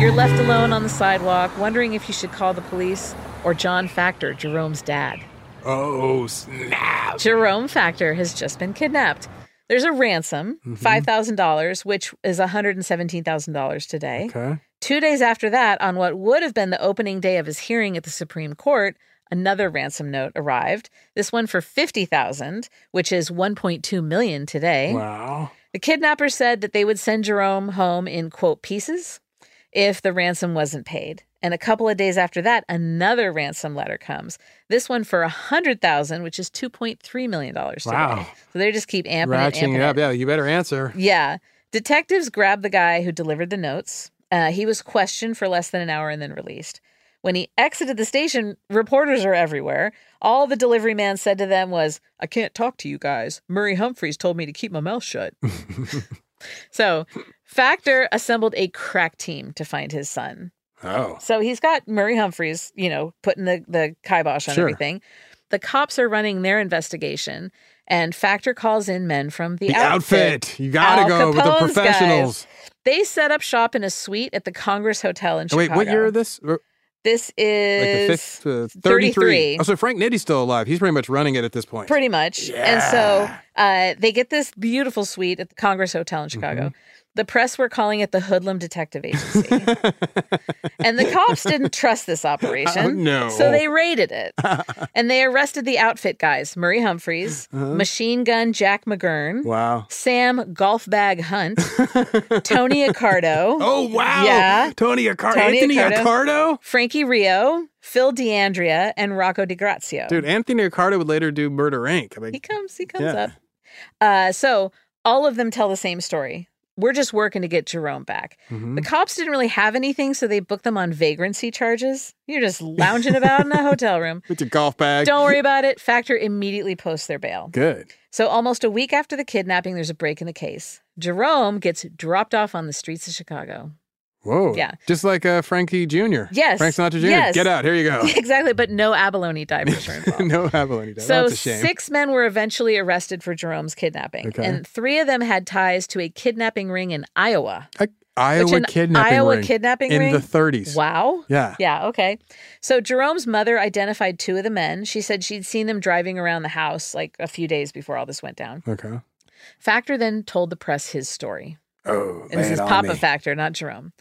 You're left alone on the sidewalk, wondering if you should call the police or John Factor, Jerome's dad. Oh snap! Jerome Factor has just been kidnapped. There's a ransom, Mm-hmm. $5,000, which is $117,000 today. Okay. Two days after that, on what would have been the opening day of his hearing at the Supreme Court, another ransom note arrived. This one for 50,000, which is 1.2 million today. Wow. The kidnappers said that they would send Jerome home in quote pieces. if the ransom wasn't paid. And a couple of days after that, another ransom letter comes. This one for a hundred thousand, which is two point three million dollars. Wow. So they just keep amping it, Ratcheting amping it up. it. Yeah, you better answer. Yeah. Detectives grabbed the guy who delivered the notes. Uh, he was questioned for less than an hour and then released. When he exited the station, reporters are everywhere. All the delivery man said to them was, I can't talk to you guys. Murray Humphreys told me to keep my mouth shut. so, Factor assembled a crack team to find his son. Oh. So he's got Murray Humphreys, you know, putting the, the kibosh on Sure. everything. The cops are running their investigation, and Factor calls in men from the, The outfit. You got to Al go with the Capone's professionals. They set up shop in a suite at the Congress Hotel in Oh, Chicago. wait, what year is this? Like This the is fifth, uh, 33. 33. Oh, so Frank Nitty's still alive. He's pretty much running it at this point. pretty much. And so uh, they get this beautiful suite at the Congress Hotel in Chicago. Mm-hmm. The press were calling it the Hoodlum Detective Agency. and the cops didn't trust this operation. Oh, no. So they raided it. and they arrested the outfit guys Murray Humphreys, Uh-huh. Machine Gun Jack McGurn, Wow. Sam Golf Bag Hunt, Tony Accardo. Oh, wow. Yeah. Tony Accardo. Tony Anthony Accardo. Accardo? Frankie Rio, Phil DeAndrea, and Rocco DiGrazio. Dude, Anthony Accardo would later do Murder Inc. I mean, He comes, he comes Yeah. up. Uh, so all of them tell the same story. We're just working to get Jerome back. Mm-hmm. The cops didn't really have anything, so they booked them on vagrancy charges. You're just lounging about in a hotel room. with your golf bag. Don't worry about it. Factor immediately posts their bail. Good. So almost a week after the kidnapping, there's a break in the case. Jerome gets dropped off on the streets of Chicago. Whoa. Yeah. Just like uh, Frankie Jr. Yes. Frank Sinatra Jr. Yes. Get out. Here you go. exactly, but no abalone divers are involved. no abalone. Dad. So That's a shame. six men were eventually arrested for Jerome's kidnapping, Okay. and three of them had ties to a kidnapping ring in Iowa. A- Iowa Which an kidnapping Iowa ring kidnapping in ring? the 30s. Wow. Yeah. Yeah. Okay. So Jerome's mother identified two of the men. She said she'd seen them driving around the house like a few days before all this went down. Okay. Factor then told the press his story. Oh, And this lay is it on Papa me. Factor, not Jerome.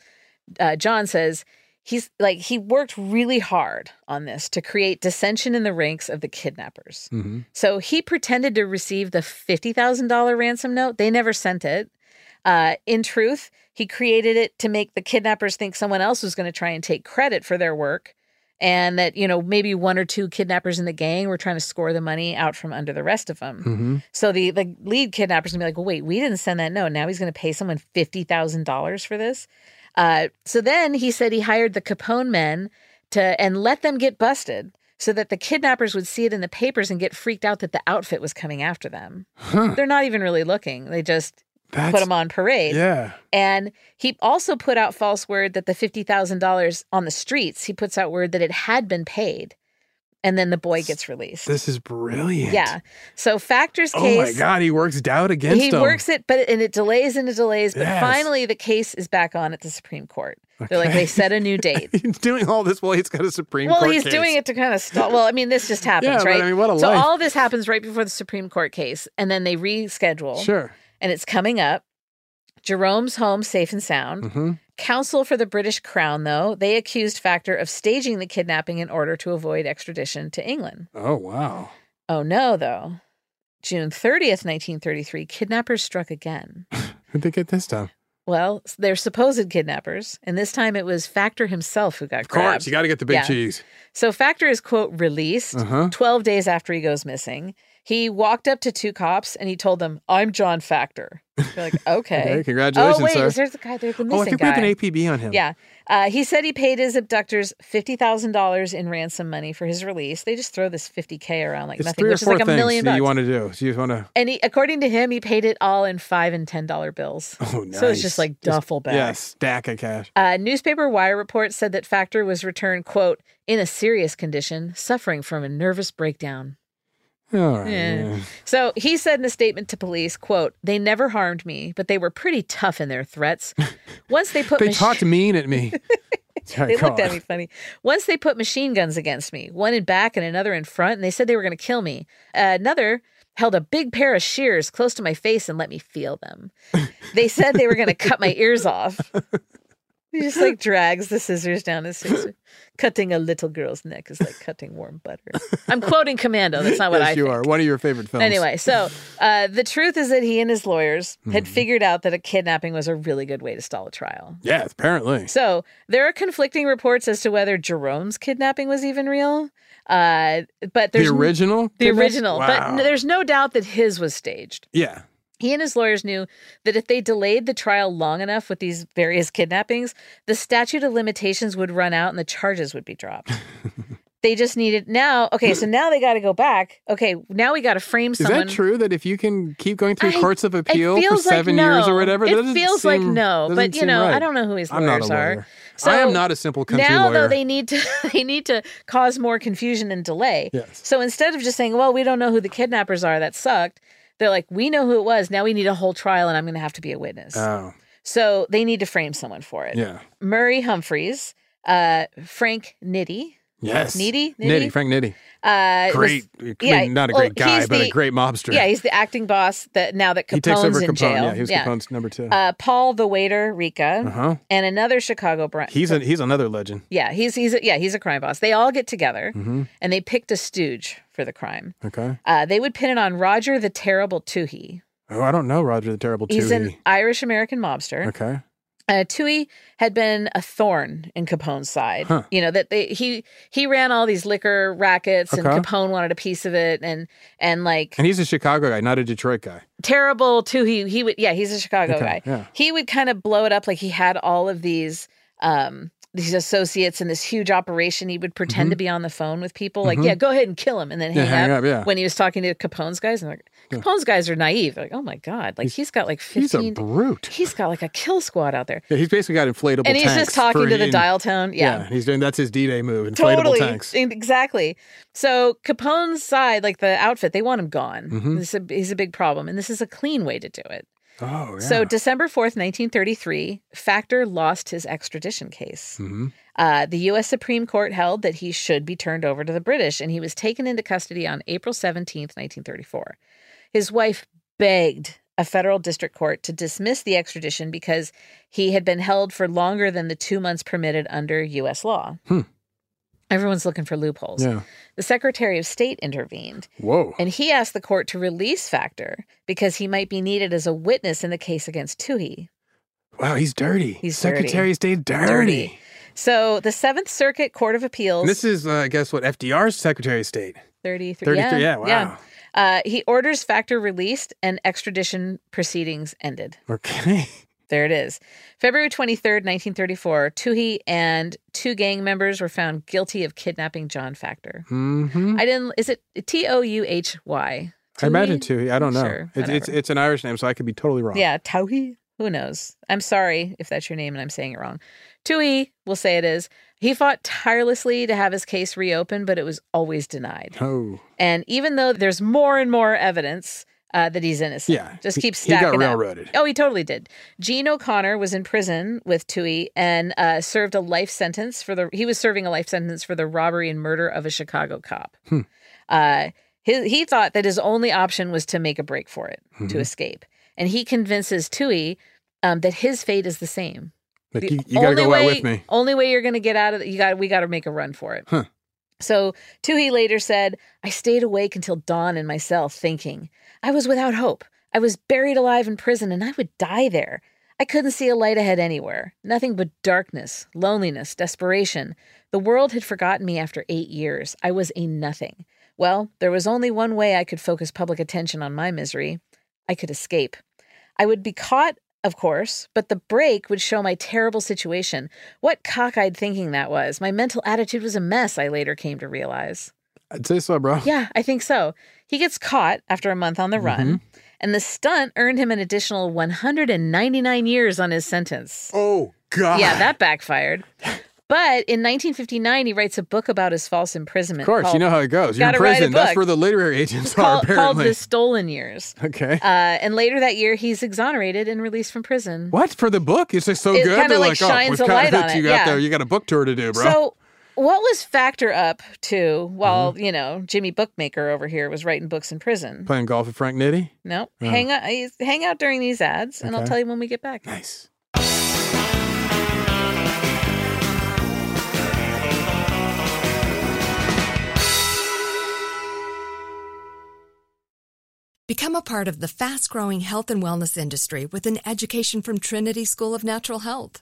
Uh, John says he's like he worked really hard on this to create dissension in the ranks of the kidnappers. Mhm. So he pretended to receive the fifty thousand dollar ransom note. They never sent it. Uh, in truth, he created it to make the kidnappers think someone else was going to try and take credit for their work, and that you know maybe one or two kidnappers in the gang were trying to score the money out from under the rest of them. Mhm. So the the lead kidnapper's gonna be like, well, wait, we didn't send that note. Now he's gonna pay someone fifty thousand dollars for this. Uh, so then he said he hired the Capone men to and let them get busted so that the kidnappers would see it in the papers and get freaked out that the outfit was coming after them. They're not even really looking. They just That's, put them on parade. Yeah. And he also put out false word that the $50,000 on the streets, he puts out word that it had been paid. And then the boy gets released. This is brilliant. Yeah. So Factor's Oh case my God, he works doubt against he him. works it, but and it delays and it delays. But Yes. finally, the case is back on at the Supreme Court. They're like they set a new date. He's doing all this while he's got a Supreme well, Court he's case. doing it to kind of stall. Well, I mean, this just happens, Yeah, but right? I mean, what a so life. all this happens right before the Supreme Court case, and then they reschedule. Sure. and it's coming up. Jerome's home, safe and sound. hmm Counsel for the British Crown, though, they accused Factor of staging the kidnapping in order to avoid extradition to England. Oh, wow. Oh no, though. June 30th, 1933, kidnappers struck again. Who'd they get this time? Well, s- they're supposed kidnappers, and this time it was Factor himself who got Of grabbed. course, you got to get the big Yeah. cheese. So Factor is quote released Uh-huh. 12 days after he goes missing. He walked up to two cops and he told them, "I'm John Factor." They're like, "Okay, Okay, congratulations, Oh wait, sir." there's the guy. There's the missing Oh, I think guy. we have an APB on him. Yeah. Uh, he said he paid his abductors fifty thousand dollars in ransom money for his release. They just throw this fifty k around like It's nothing, three or which is four like a things million that bucks. you want to do. So you want to. and he, according to him, he paid it all in five and ten dollar bills. Oh, nice. So it's just like duffel bags. Yeah, stack of cash. A newspaper wire report said that Factor was returned, quote, in a serious condition, suffering from a nervous breakdown. All right. Yeah. yeah. So he said in a statement to police, quote, they never harmed me, but they were pretty tough in their threats. Once they put They mach- talked mean at me. Sorry, they go looked at on. me funny. Once they put machine guns against me, one in back and another in front, and they said they were going to kill me. another held a big pair of shears close to my face and let me feel them. They said they were going to cut my ears off. He just like drags the scissors down his face. Cutting a little girl's neck is like cutting warm butter. I'm quoting Commando. That's not what yes, I you think. are. One of your favorite films. Anyway, so uh, the truth is that he and his lawyers Hmm. had figured out that a kidnapping was a really good way to stall a trial. Yes, apparently. So there are conflicting reports as to whether Jerome's kidnapping was even real. Uh, but there's the n- original? the original, but Wow. n- there's no doubt that his was staged. Yeah. He and his lawyers knew that if they delayed the trial long enough with these various kidnappings, the statute of limitations would run out and the charges would be dropped. they just needed now. Okay, so now they got to go back. Okay, now we got to frame Is someone. that true that if you can keep going through I- courts of it appeal for feels like seven years no. or whatever? It that doesn't feels like seem- no, but, doesn't you seem know, I right. don't know who his I'm not a lawyers are. lawyer. I am So not a simple country now, lawyer. though, they need to they need to cause more confusion and delay. Yes. So instead of just saying, "Well, we don't know who the kidnappers are," that sucked. They're like, "We know who it was." Now we need a whole trial, and I'm going to have to be a witness. Oh, so they need to frame someone for it. yeah. Murray Humphreys, uh, Frank Nitty, Yes. Nitty, Nitty, Frank Nitty. uh, was- Great. I yeah, mean, not a well, great guy, he's but a the- great mobster. Yeah, he's the acting boss that now that Capone's he takes over in Capone. jail. Yeah, he was Capone's number two. Uh, Paul the waiter, Rika, Uh-huh. and another Chicago Brown. he's a, he's another legend. yeah, he's he's a, yeah he's a crime boss. They all get together Mm-hmm. and they picked a stooge for the crime. Okay. Uh, they would pin it on Roger the Terrible Toohey. Oh, I don't know Roger the Terrible He's Toohey. an Irish American mobster. Okay. Uh, Toohey had been a thorn in Capone's side. Huh. You know that they, he he ran all these liquor rackets, Okay. and Capone wanted a piece of it, and and like And he's a Chicago guy, not a Detroit guy. terrible too. He he would yeah, he's a Chicago Okay, guy. yeah. He would kind of blow it up like he had all of these um these associates in this huge operation. He would pretend to be on the phone with people, like, yeah, go ahead and kill him and then hang, Mm-hmm. Yeah, hang up. up, yeah. When he was talking to Capone's guys, and like Capone's guys are naive. They're like, oh my God. Like he's got like He's a fifteen brute. he's got like a kill squad out there. Yeah, he's basically got inflatable and he's tanks just talking for- to the in- dial tone. Yeah. yeah he's doing that's his D-Day move, inflatable totally tanks. in- exactly so capone's side like the outfit they want him gone Mm-hmm. this is a, he's a big problem and this is a clean way to do it Oh, yeah. so december 4th 1933 factor lost his extradition case Mhm. uh, the u.s supreme court held that he should be turned over to the british and he was taken into custody on april 17th 1934 his wife begged a federal district court to dismiss the extradition because he had been held for longer than the two months permitted under U.S. law. Hmm. Everyone's looking for loopholes. Yeah. The Secretary of State intervened Whoa. and he asked the court to release Factor because he might be needed as a witness in the case against Toohey. wow, he's dirty. He's Secretary dirty. of State dirty. Dirty. So the Seventh Circuit Court of Appeals, And this is, uh, I guess, what FDR's Secretary of State. 33, 33, yeah, wow. Uh, he orders Factor released and extradition proceedings ended. Okay. There it is. February 23rd, 1934, Toohey and two gang members were found guilty of kidnapping John Factor. hmm I didn't, is it T O U H Y? I imagine Toohey. I don't know. Sure, it's, it's whatever. it's an Irish name, so I could be totally wrong. Yeah, Tauhi. Who knows? I'm sorry if that's your name and I'm saying it wrong. Tui, we'll say it is. He fought tirelessly to have his case reopened, but it was always denied. Oh. And even though there's more and more evidence uh, that he's innocent, Yeah. just He- keeps he got stacking up. railroaded. Oh, he totally did. Gene O'Connor was in prison with Tui and uh, served a life sentence for the. He was serving a life sentence for the robbery and murder of a Chicago cop. Hmm. Uh, his, he thought that his only option was to make a break for it, Mm-hmm. to escape, and he convinces Tui um, that his fate is the same. Like, The you you got to only go way, out with me. Only way you're going to get out of it, you got we got to make a run for it. Huh. So Toohey later said, I stayed awake until dawn in my cell thinking. I was without hope. I was buried alive in prison and I would die there. I couldn't see a light ahead anywhere. Nothing but darkness, loneliness, desperation. The world had forgotten me after eight years. I was a nothing. Well, there was only one way I could focus public attention on my misery. I could escape. I would be caught, of course, but the break would show my terrible situation. What cockeyed thinking that was. My mental attitude was a mess, I later came to realize. I'd say so, bro. Yeah, I think so. He gets caught after a month on the run, Mm-hmm. and the stunt earned him an additional 199 years on his sentence. Oh God. Yeah, that backfired. But in 1959, he writes a book about his false imprisonment. Of course, you called- know how it goes. You're in Gotta write a prison. That's book. where the literary agents it's are. called, called Apparently. The Stolen Years. okay. Uh, and later that year, he's exonerated and released from prison. What for the book? It's just so It good. kinda, They're like, oh, shines we've a kinda light hooked on it, you out yeah. there. You got a book tour to do, bro. So, what was Factor up to while, you know, Jimmy Bookmaker over here was writing books in prison? Playing golf with Frank Nitty. No, hang out, hang out during these ads, and I'll Okay. tell you when we get back. Nice. Become a part of the fast growing health and wellness industry with an education from Trinity School of Natural Health.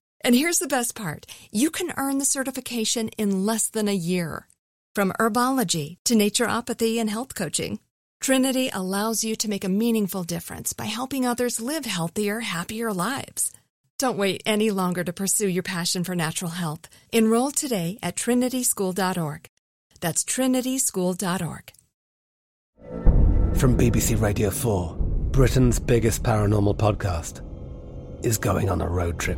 And here's the best part you can earn the certification in less than a year. From herbology to naturopathy and health coaching, Trinity allows you to make a meaningful difference by helping others live healthier, happier lives. Don't wait any longer to pursue your passion for natural health. Enroll today at trinityschool.org. That's trinityschool.org. From BBC Radio 4, Britain's biggest paranormal podcast is going on a road trip.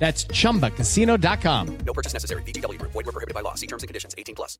That's ChumbaCasino.com. No purchase necessary. BGW. Void were prohibited by law. See terms and conditions. 18 plus.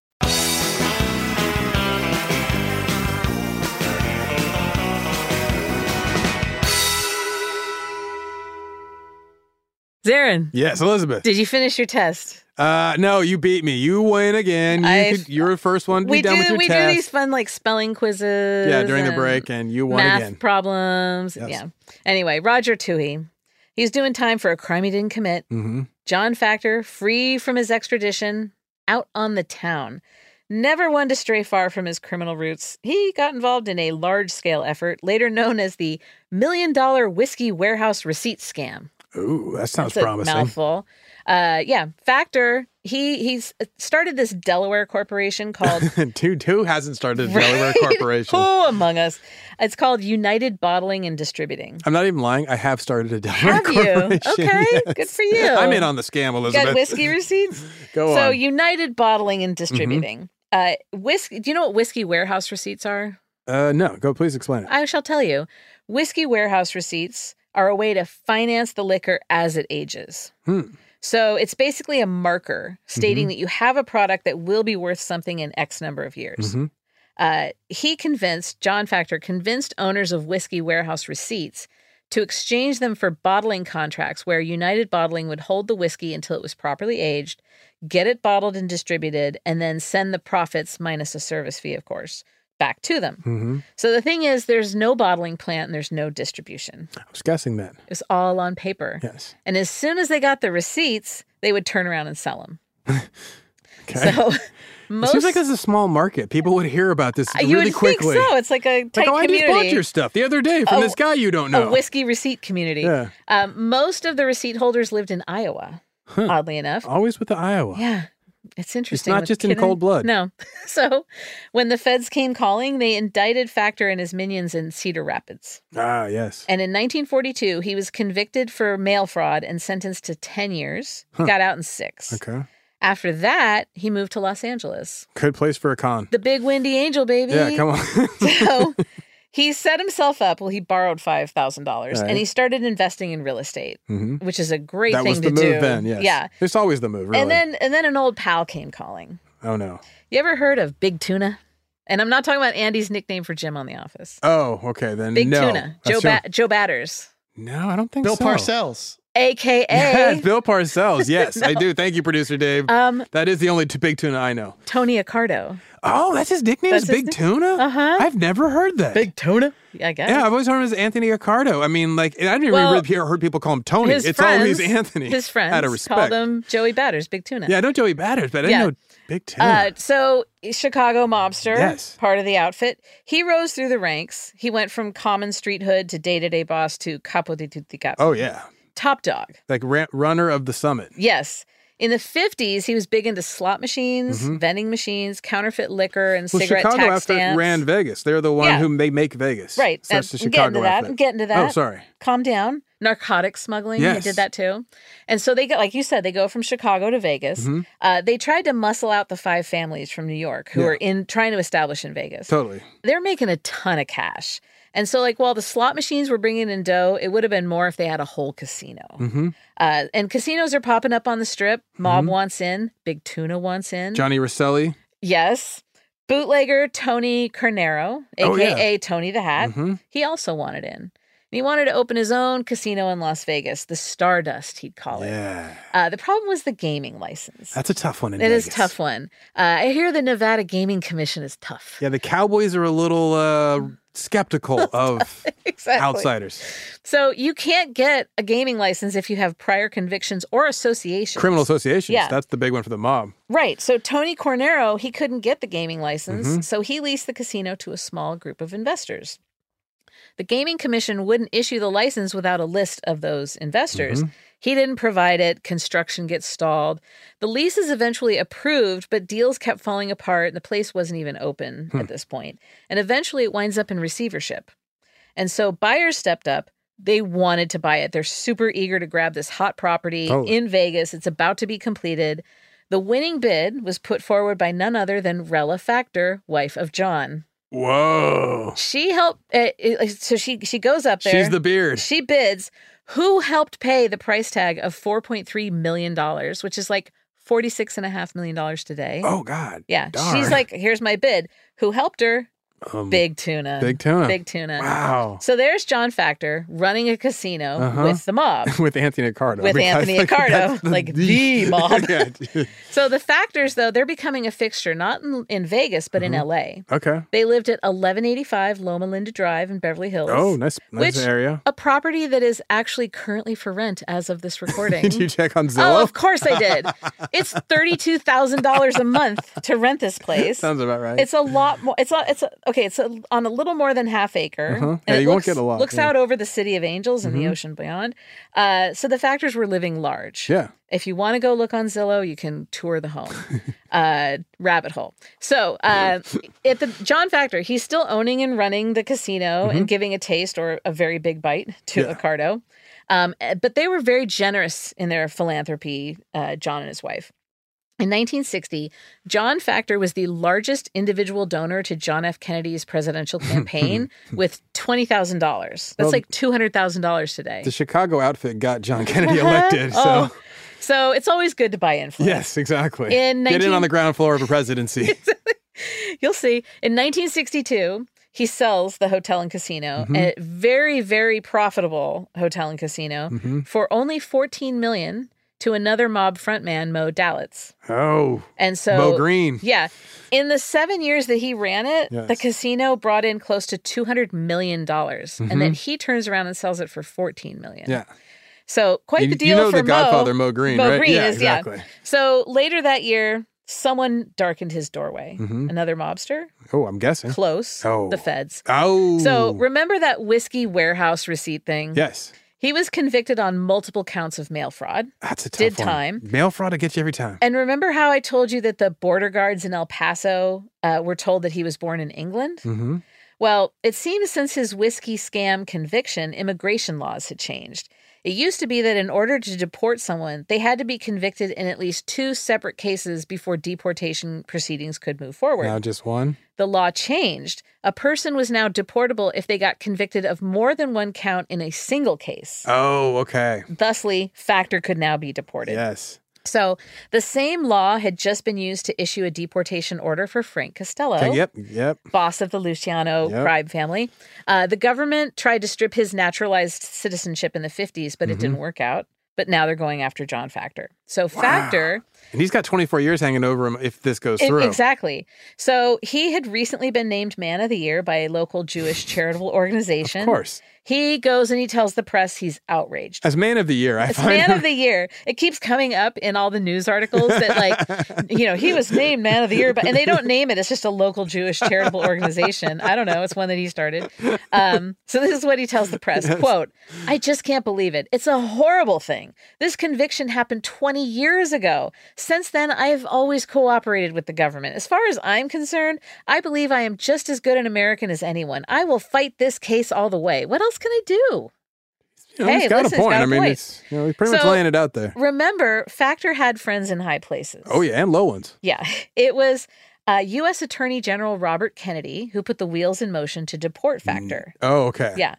Zarin. Yes, Elizabeth. Did you finish your test? Uh, no, you beat me. You win again. You could, you're the first one to we be done do, with your we test. do these fun like spelling quizzes. yeah, during the and break, and you won math again. problems. Yes. Yeah. Anyway, Roger Toohey. He's doing time for a crime he didn't commit. hmm John Factor, free from his extradition, out on the town. Never one to stray far from his criminal roots, he got involved in a large scale effort later known as the Million Dollar Whiskey Warehouse Receipt Scam. Ooh, that sounds That's a promising. mouthful. Uh, yeah, Factor, he he's uh, started this Delaware corporation called Dude, who hasn't started a Delaware corporation? Who among us? It's called United Bottling and Distributing. I'm not even lying. I have started a Delaware Have you? corporation. Okay, yes. good for you. I'm in on the scam, Elizabeth. Got whiskey receipts? Go so on. Mm-hmm. United Bottling and Distributing. Uh, whiskey. Do you know what whiskey warehouse receipts are? uh, no, go. Please explain it. I shall tell you. Whiskey warehouse receipts are a way to finance the liquor as it ages. Hmm. So it's basically a marker stating that you have a product that will be worth something in X number of years. Mhm. Uh, he convinced John Factor convinced owners of whiskey warehouse receipts to exchange them for bottling contracts where United Bottling would hold the whiskey until it was properly aged, get it bottled and distributed, and then send the profits minus a service fee, of course, back to them. hmm So the thing is, there's no bottling plant and there's no distribution. I was guessing that. It was all on paper. Yes. And as soon as they got the receipts, they would turn around and sell them. Okay. So it most seems like it's a small market. People would hear about this you really would quickly. think so. It's like a tight like, oh, I community. just bought your stuff the other day from A- this guy you don't know. A whiskey receipt community. Yeah. Um, most of the receipt holders lived in Iowa, oddly enough. Always with the Iowa. Yeah. It's interesting. Oh. not with just in kidney- cold blood. No. so when the feds came calling, they indicted Factor and his minions in Cedar Rapids. Ah, yes. And in 1942, he was convicted for mail fraud and sentenced to 10 years. Huh. Got out in six. Okay. After that, he moved to Los Angeles. Good place for a con. The big windy angel, baby. Yeah, come on. so he set himself up. Well, he borrowed $5,000 Right. and he started investing in real estate, hmm which is a great That thing was the to move do. then. Yes. Yeah. It's always the move, really. And then and then an old pal came calling. oh no. You ever heard of Big Tuna? And I'm not talking about Andy's nickname for Jim on The Office. Oh, okay. Then Big no. Tuna. That's Joe, your- ba- Joe Batters, No, I don't think Bill so. Parcells. AKA. Yes, Bill Parcells. Yes, I do. Thank you, producer Dave. Um, that is the only t- big tuna I know. Tony Accardo. Oh, that's his nickname That's is his Big nick- Tuna? Uh-huh. I've never heard that. Big Tuna? I guess. yeah, I've always heard him as Anthony Accardo. I mean, like, and I didn't Well, even hear, heard people call him Tony. His it's friends, always Anthony. His friends Out of called respect. him Joey Batters, Big Tuna. Yeah, I know Joey Batters, but I Yeah. didn't know Big Ten. Uh, so Chicago mobster, Yes. part of the outfit. He rose through the ranks. He went from common street hood to day to day boss to capo di tutti capo. oh yeah, top dog. like ra- runner of the summit. Yes. In the 50s, he was big into slot machines, Mhm. vending machines, counterfeit liquor, and Well, cigarette Chicago tax after stamps. ran Vegas. They're the one Yeah. whom they make Vegas. Right. So that's the and I'm getting Chicago to that. outfit. I'm getting to that. Oh, sorry. Calm down. Narcotic smuggling. They Yes. did that too. And so they got, like you said, they go from Chicago to Vegas. Mhm. Uh, they tried to muscle out the five families from New York who Yeah. are in trying to establish in Vegas. Totally. They're making a ton of cash. And so, like, while the slot machines were bringing in dough, it would have been more if they had a whole casino. hmm Uh, and casinos are popping up on the strip. Mob Mhm. wants in. Big Tuna wants in. Johnny Rosselli. Yes. Bootlegger Tony Carnero, Oh, yeah. aka Tony the Hat, Mhm. he also wanted in. And he wanted to open his own casino in Las Vegas, the Stardust, he'd call it. Yeah, Uh, the problem was the gaming license. that's a tough one. It In is Vegas. a tough one. Uh, I hear the Nevada Gaming Commission is tough. Yeah, the Cowboys are a little uh, skeptical of Exactly. outsiders, So you can't get a gaming license if you have prior convictions or associations. criminal associations. Yeah. That's the big one for the mob. Right. So Tony Cornero, he couldn't get the gaming license, Mhm. so he leased the casino to a small group of investors. The gaming commission wouldn't issue the license without a list of those investors. Mhm. He didn't provide it, construction gets stalled. The lease is eventually approved, but deals kept falling apart and the place wasn't even open Hmm. at this point. And eventually it winds up in receivership. And so buyers stepped up. They wanted to buy it. They're super eager to grab this hot property Totally. in Vegas. It's about to be completed. The winning bid was put forward by none other than Rella Factor, wife of John. Whoa. She helped. Uh, uh, so she she goes up there. She's the beard. She bids. Who helped pay the price tag of four point three million dollars, which is like forty six and a half million dollars today? Oh God. yeah. darn. She's like, here's my bid. Who helped her? Um, Big tuna. Big Tuna. Big tuna. Wow. So there's John Factor running a casino Uh-huh. with the mob. with Anthony Accardo. uh, With because, Anthony Accardo, that's like, the mob. Yeah, dude. So the Factors, though, they're becoming a fixture not in, in Vegas but Mhm. in L.A. okay. They lived at 1185 Loma Linda Drive in Beverly Hills. Oh, nice, nice which- um, area. A property that is actually currently for rent as of this recording. Did you check on Zillow? Oh, of course I did. it's thirty-two thousand dollars a month to rent this place. Sounds about right. It's a lot more. It's a, it's a, okay. It's a, on a little more than half acre. Uh-huh. and Yeah, it you won't looks, get a lot, Looks yeah. out over the city of Angels and Mhm. the ocean beyond. Uh, so the factors were living large. Yeah. If you want to go look on Zillow, you can tour the home. uh, rabbit hole. So uh, at the John Factor, he's still owning and running the casino Mhm. and giving a taste or a very big bite to Yeah. Accardo. Um, eh, but they were very generous in their philanthropy, uh, John and his wife. In 1960, John Factor was the largest individual donor to John F. Kennedy's presidential campaign with $20,000. That's Well, like $200,000 today. The Chicago outfit got John Kennedy Uh-huh. elected. So Oh. So it's always good to buy influence. yes, exactly. In Get in 19 on the ground floor of a presidency. You'll see. In 1962, he sells the hotel and casino, Mhm. a very, very profitable hotel and casino, Mhm. for only 14 million to another mob frontman, Mo Dalitz. oh, And so, Mo Green. Yeah, in the seven years that he ran it, the Yes. casino brought in close to 200 million dollars, and then Mhm. he turns around and sells it for 14 million. Yeah. So quite You- the you deal know for the Mo. Godfather, Mo Green, right? yeah, Yeah, is yeah. exactly. So later that year, someone darkened his doorway. Mhm. Another mobster, Oh, I'm guessing. close. Oh. the feds. Oh. So remember that whiskey warehouse receipt thing? Yes. He was convicted on multiple counts of mail fraud. That's a tough Did one. time. Mail fraud will get you every time. And remember how I told you that the border guards in El Paso uh, were told that he was born in England? Mm-hmm. Well, it seems since his whiskey scam conviction, immigration laws had changed. It used to be that in order to deport someone, they had to be convicted in at least two separate cases before deportation proceedings could move forward. Now just one. the law changed. A person was now deportable if they got convicted of more than one count in a single case. Oh, okay. Thusly, Factor could now be deported. Yes. So the same law had just been used to issue a deportation order for Frank Costello. Okay, yep. Yep. Boss of the Luciano Yep. crime family. Uh, the government tried to strip his naturalized citizenship in the 50s, but it Mhm. didn't work out. But now they're going after John Factor. So Factor And he's got 24 years hanging over him if this goes E- through. Exactly. So he had recently been named Man of the Year by a local Jewish charitable organization. Of course. He goes and he tells the press he's outraged. As man of the year, I It's find man him- of the year. It keeps coming up in all the news articles that like, you know, he was named man of the year, but and they don't name it. It's just a local Jewish charitable organization. I don't know. It's one that he started. Um, so this is what he tells the press: Yes. "Quote, I just can't believe it. It's a horrible thing. This conviction happened 20 years ago. Since then, I've always cooperated with the government. As far as I'm concerned, I believe I am just as good an American as anyone. I will fight this case all the way. What else can I do?" You know, he's got listen, a point. he's got I mean, point. it's you know, he's pretty much So- laying it out there. Remember, Factor had friends in high places. Oh yeah, and low ones. Yeah. It was uh, U.S. Attorney General Robert Kennedy who put the wheels in motion to deport Factor. Oh okay. Yeah.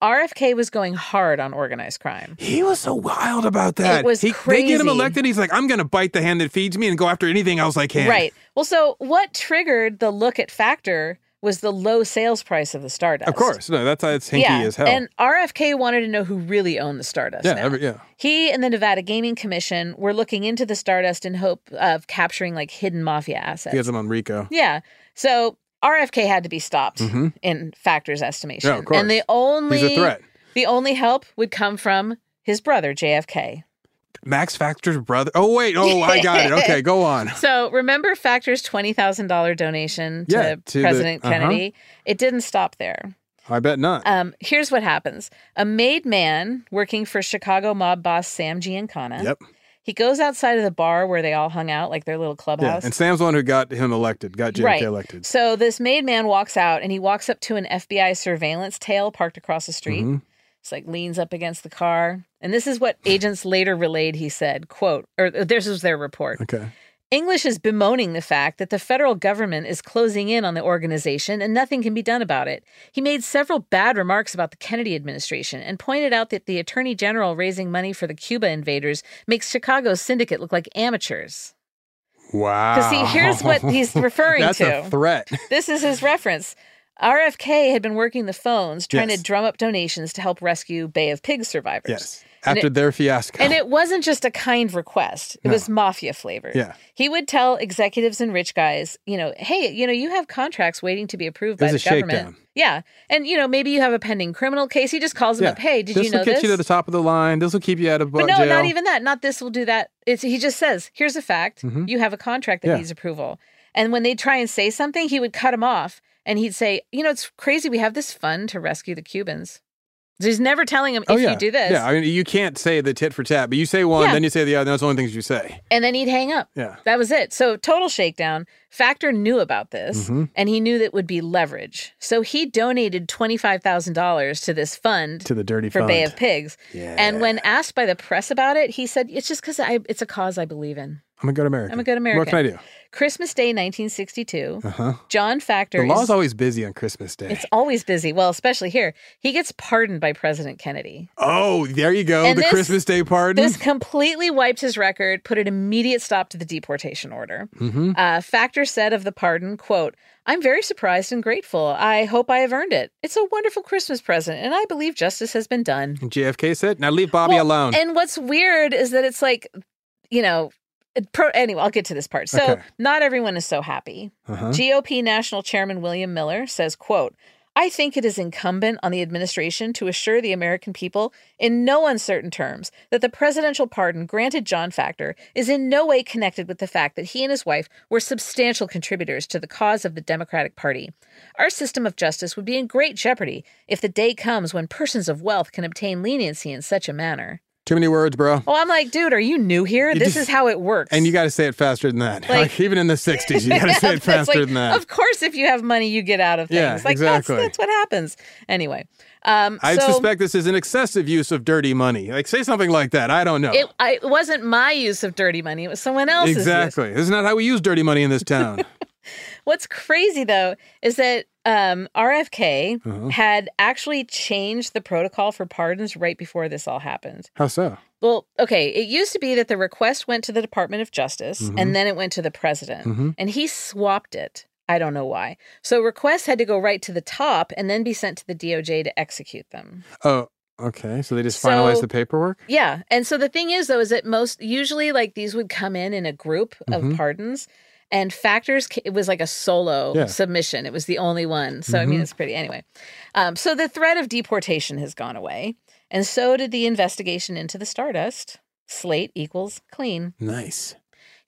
RFK was going hard on organized crime. He was so wild about that. It was He- crazy. They get him elected. He's like, I'm going to bite the hand that feeds me and go after anything else I can. Right. Well, so what triggered the look at Factor was the low sales price of the Stardust. Of course. No, that's it's hinky yeah. as hell. And RFK wanted to know who really owned the Stardust. yeah. now. every- yeah. He and the Nevada Gaming Commission were looking into the Stardust in hope of capturing like hidden mafia assets. He has him on Rico. Yeah. So RFK had to be stopped Mhm. in Factor's estimation. Yeah, of course. And He's the a only threat. the only help would come from his brother JFK. Max Factor's brother. Oh wait. Oh, I got it. Okay, go on. So remember Factor's twenty thousand dollar donation to, Yeah, to the- President uh-huh. Kennedy? It didn't stop there. I bet not. Um, here's what happens: a made man working for Chicago mob boss Sam Giancana. Yep. He goes outside of the bar where they all hung out, like their little yeah. clubhouse. And Sam's the one who got him elected. Got JFK elected. So this made man walks out and he walks up to an FBI surveillance tail parked across the street. Mhm. It's like leans up against the car. And this is what agents later relayed he said, quote, or this is their report. Okay. English is bemoaning the fact that the federal government is closing in on the organization and nothing can be done about it. He made several bad remarks about the Kennedy administration and pointed out that the attorney general raising money for the Cuba invaders makes Chicago's syndicate look like amateurs. Wow. see, here's what he's referring That's to. a threat. This is his reference. RFK had been working the phones trying Yes. to drum up donations to help rescue Bay of Pigs survivors. Yes. And After it- their fiasco. And it wasn't just a kind request. It No. was mafia flavored. Yeah. He would tell executives and rich guys, you know, hey, you know, you have contracts waiting to be approved It by the was a government. shakedown. Yeah. And you know, maybe you have a pending criminal case. He just calls them up, hey, did this you know will get this? you to the top of the line. This will keep you out of but uh, no, jail. not even that. Not this will do that. It's he just says, here's a fact. Mhm. You have a contract that Yeah. needs approval. And when they try and say something, he would cut them off and he'd say, you know, it's crazy. We have this fund to rescue the Cubans. So he's never telling them if oh yeah. you do this. Yeah. I mean, you can't say the tit for tat, but you say one, Yeah. then you say the other. and That's the only things you say. and then he'd hang up. Yeah. That was it. So total shakedown. Factor knew about this Mhm. and he knew that would be leverage. So he donated $25,000 to this fund To the dirty for fund. Bay of Pigs. Yeah. And when asked by the press about it, he said, it's just because it's a cause I believe in. I'm a good American. I'm a good American. What can I do? Christmas Day 1962. Uh huh. John Factor The law's is, always busy on Christmas Day. it's always busy. Well, especially here. He gets pardoned by President Kennedy. oh, there you go. And The this- Christmas Day pardon. This completely wiped his record, put an immediate stop to the deportation order. mm-hmm. Uh, Factor said of the pardon, quote, I'm very surprised and grateful. I hope I have earned it. It's a wonderful Christmas present, and I believe justice has been done. JFK said, now leave Bobby alone. And what's weird is that it's like, you know, it pro- anyway, I'll get to this part. So Okay. not everyone is so happy. Uh-huh. GOP National Chairman William Miller says, quote, I think it is incumbent on the administration to assure the American people in no uncertain terms that the presidential pardon granted John Factor is in no way connected with the fact that he and his wife were substantial contributors to the cause of the Democratic Party. Our system of justice would be in great jeopardy if the day comes when persons of wealth can obtain leniency in such a manner. Too many words, bro. Oh, I'm like, dude, are you new here? You this is just- how it works. And you got to say it faster than that. Like- Like, even in the 60s, you got to say it It's faster like, than that. Of course, if you have money, you get out of things. Yeah, like exactly. that's that's what happens. Anyway, um, I so suspect this is an excessive use of dirty money. Like, say something like that. I don't know. It, I, it wasn't my use of dirty money. It was someone else's. Use. exactly. This is not how we use dirty money in this town. What's crazy though is that um, RFK Uh-huh. had actually changed the protocol for pardons right before this all happened. how so? Well, okay, it used to be that the request went to the Department of Justice Mhm. and then it went to the president, Mhm. and he swapped it. I don't know why. So requests had to go right to the top and then be sent to the DOJ to execute them. Oh, okay. So they just finalized So- the paperwork? Yeah. And so the thing is, though, is that most usually like these would come in in a group of Mhm. pardons. and factors ca- it was like a solo Yeah. submission it was the only one so i mean Mhm. it's pretty anyway um, so the threat of deportation has gone away and so did the investigation into the stardust slate equals clean Nice.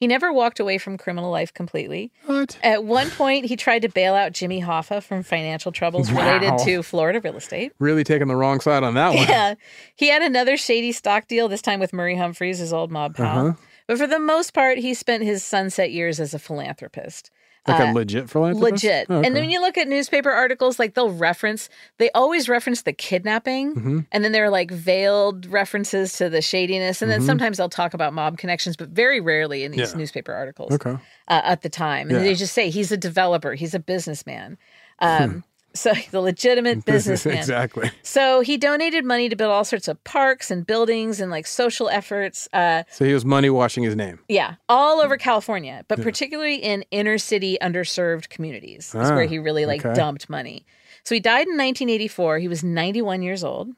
he never walked away from criminal life completely. What? At one point, he tried to bail out Jimmy Hoffa from financial troubles Wow. Oh, related to Florida real estate. Really taking the wrong side on that one. Yeah. He had another shady stock deal, this time with Murray Humphreys, his old mob pal. Uh-huh. But for the most part, he spent his sunset years as a philanthropist. Like Uh, a legit philanthropist? Legit. Oh, okay. And then when you look at newspaper articles, like they'll reference, they always reference the kidnapping. Mhm. And then there are like veiled references to the shadiness. And then Mhm. sometimes they'll talk about mob connections, but very rarely in these Yeah. newspaper articles Okay. uh, at the time. And Yeah. Hmm. they just say he's a developer, he's a businessman. Um, so he's a legitimate businessman. exactly. So he donated money to build all sorts of parks and buildings and like social efforts. Uh, So he was money washing his name. yeah, all over California, but Yeah. particularly in inner city underserved communities is Ah, where he really like okay. dumped money. So he died in 1984. He was 91 years old.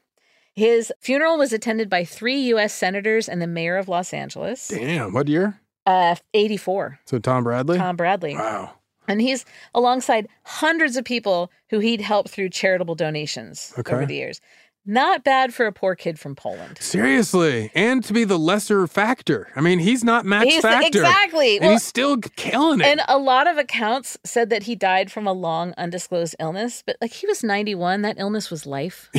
His funeral was attended by three U.S. senators and the mayor of Los Angeles. Damn. What year? Uh, 84. So Tom Bradley? Tom Bradley. Wow. And he's alongside hundreds of people who he'd helped through charitable donations Okay. over the years. Not bad for a poor kid from Poland. Seriously. And to be the lesser factor. I mean, he's not Max He's- Factor. exactly. And Well- he's still killing it. And a lot of accounts said that he died from a long undisclosed illness, but like he was 91, that illness was life.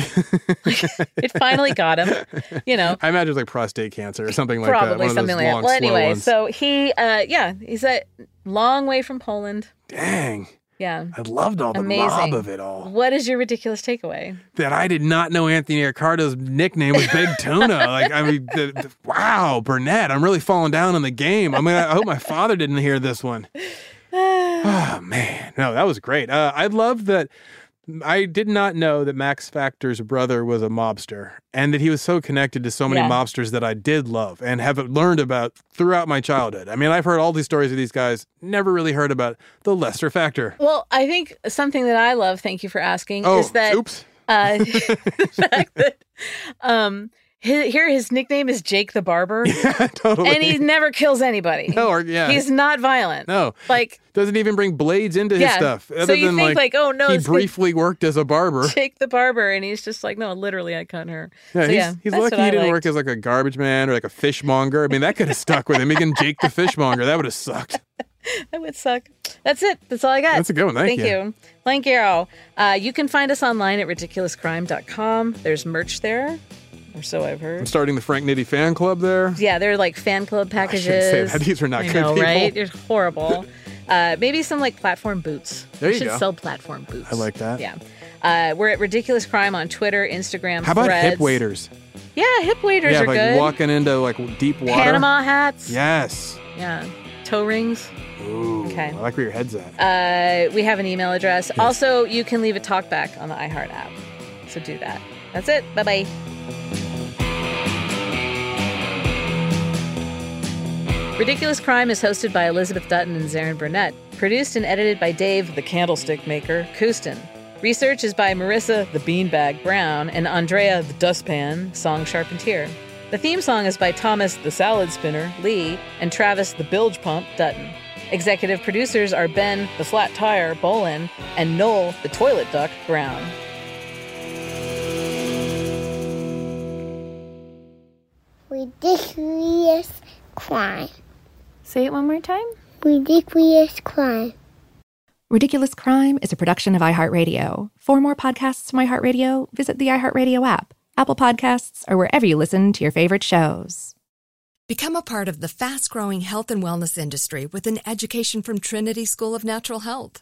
it finally got him, you know. I imagine it's like prostate cancer or something like that. Probably one of those something like that. long, Well, slow anyway, ones. so he, uh, yeah, he's a long way from Poland. Dang. Yeah. I loved all the Amazing. mob of it all. What is your ridiculous takeaway? That I did not know Anthony Ricardo's nickname was Big Tuna. like, I mean, the, the- wow, Burnett, I'm really falling down on the game. I mean, I hope my father didn't hear this one. oh, man. No, that was great. Uh, I love that. I did not know that Max Factor's brother was a mobster and that he was so connected to so many Yeah. mobsters that I did love and have learned about throughout my childhood. I mean, I've heard all these stories of these guys, never really heard about the lesser factor. Well, I think something that I love, thank you for asking, Oh, is that oops. Uh, the fact that um hi- here his nickname is Jake the Barber. totally. And he never kills anybody. No, or- yeah. He's not violent. No. Like Doesn't even bring blades into his Yeah. stuff. So you think, like, oh, no, he this could- briefly worked as a barber. Jake the Barber and he's just like, No, literally I cut her. Yeah, so, he's, yeah he's that's lucky what he I didn't liked. work as like a garbage man or like a fishmonger. I mean, that could have stuck with him. He can Jake the fishmonger. That would have sucked. That would suck. That's it. That's all I got. That's a good one. Thank Thank you. you. Blank Arrow. Uh, you can find us online at ridiculouscrime.com. There's merch there, or so I've I'm heard. starting the Frank Nitty fan club there. Yeah, they're like fan club packages. shouldn't say that. These are not I good know, people. right? They're horrible. uh, maybe some like platform boots. There We you should go. sell platform boots. I like that. Yeah. Uh, we're at Ridiculous Crime on Twitter, Instagram, How about threads. hip waders? Yeah, hip waders yeah, are like good. walking into like deep water. Panama hats. Yes. Yeah. Toe rings. Ooh, Okay. I like where your head's at. Uh, we have an email address. Also, you can leave a talk back on the iHeart app. So do that. That's it. Bye bye. Ridiculous Crime is hosted by Elizabeth Dutton and Zarin Burnett. Produced and edited by Dave, the candlestick maker, Kustin. Research is by Marissa, the beanbag Brown, and Andrea, the dustpan, Song Charpentier. The theme song is by Thomas, the salad spinner, Lee, and Travis, the bilge pump, Dutton. Executive producers are Ben, the flat tire, Bolin, and Noel, the toilet duck, Brown. Ridiculous crime. Say it one more time. Ridiculous crime. Ridiculous Crime is a production of iHeartRadio. For more podcasts from iHeartRadio, visit the iHeartRadio app, Apple Podcasts, or wherever you listen to your favorite shows. Become a part of the fast growing health and wellness industry with an education from Trinity School of Natural Health.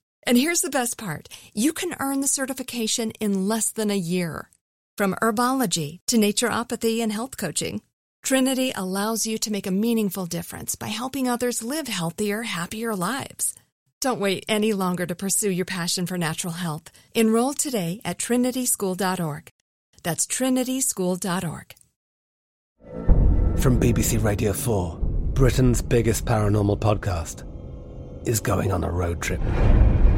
And here's the best part you can earn the certification in less than a year. From herbology to naturopathy and health coaching, Trinity allows you to make a meaningful difference by helping others live healthier, happier lives. Don't wait any longer to pursue your passion for natural health. Enroll today at trinityschool.org. That's trinityschool.org. From BBC Radio 4, Britain's biggest paranormal podcast is going on a road trip.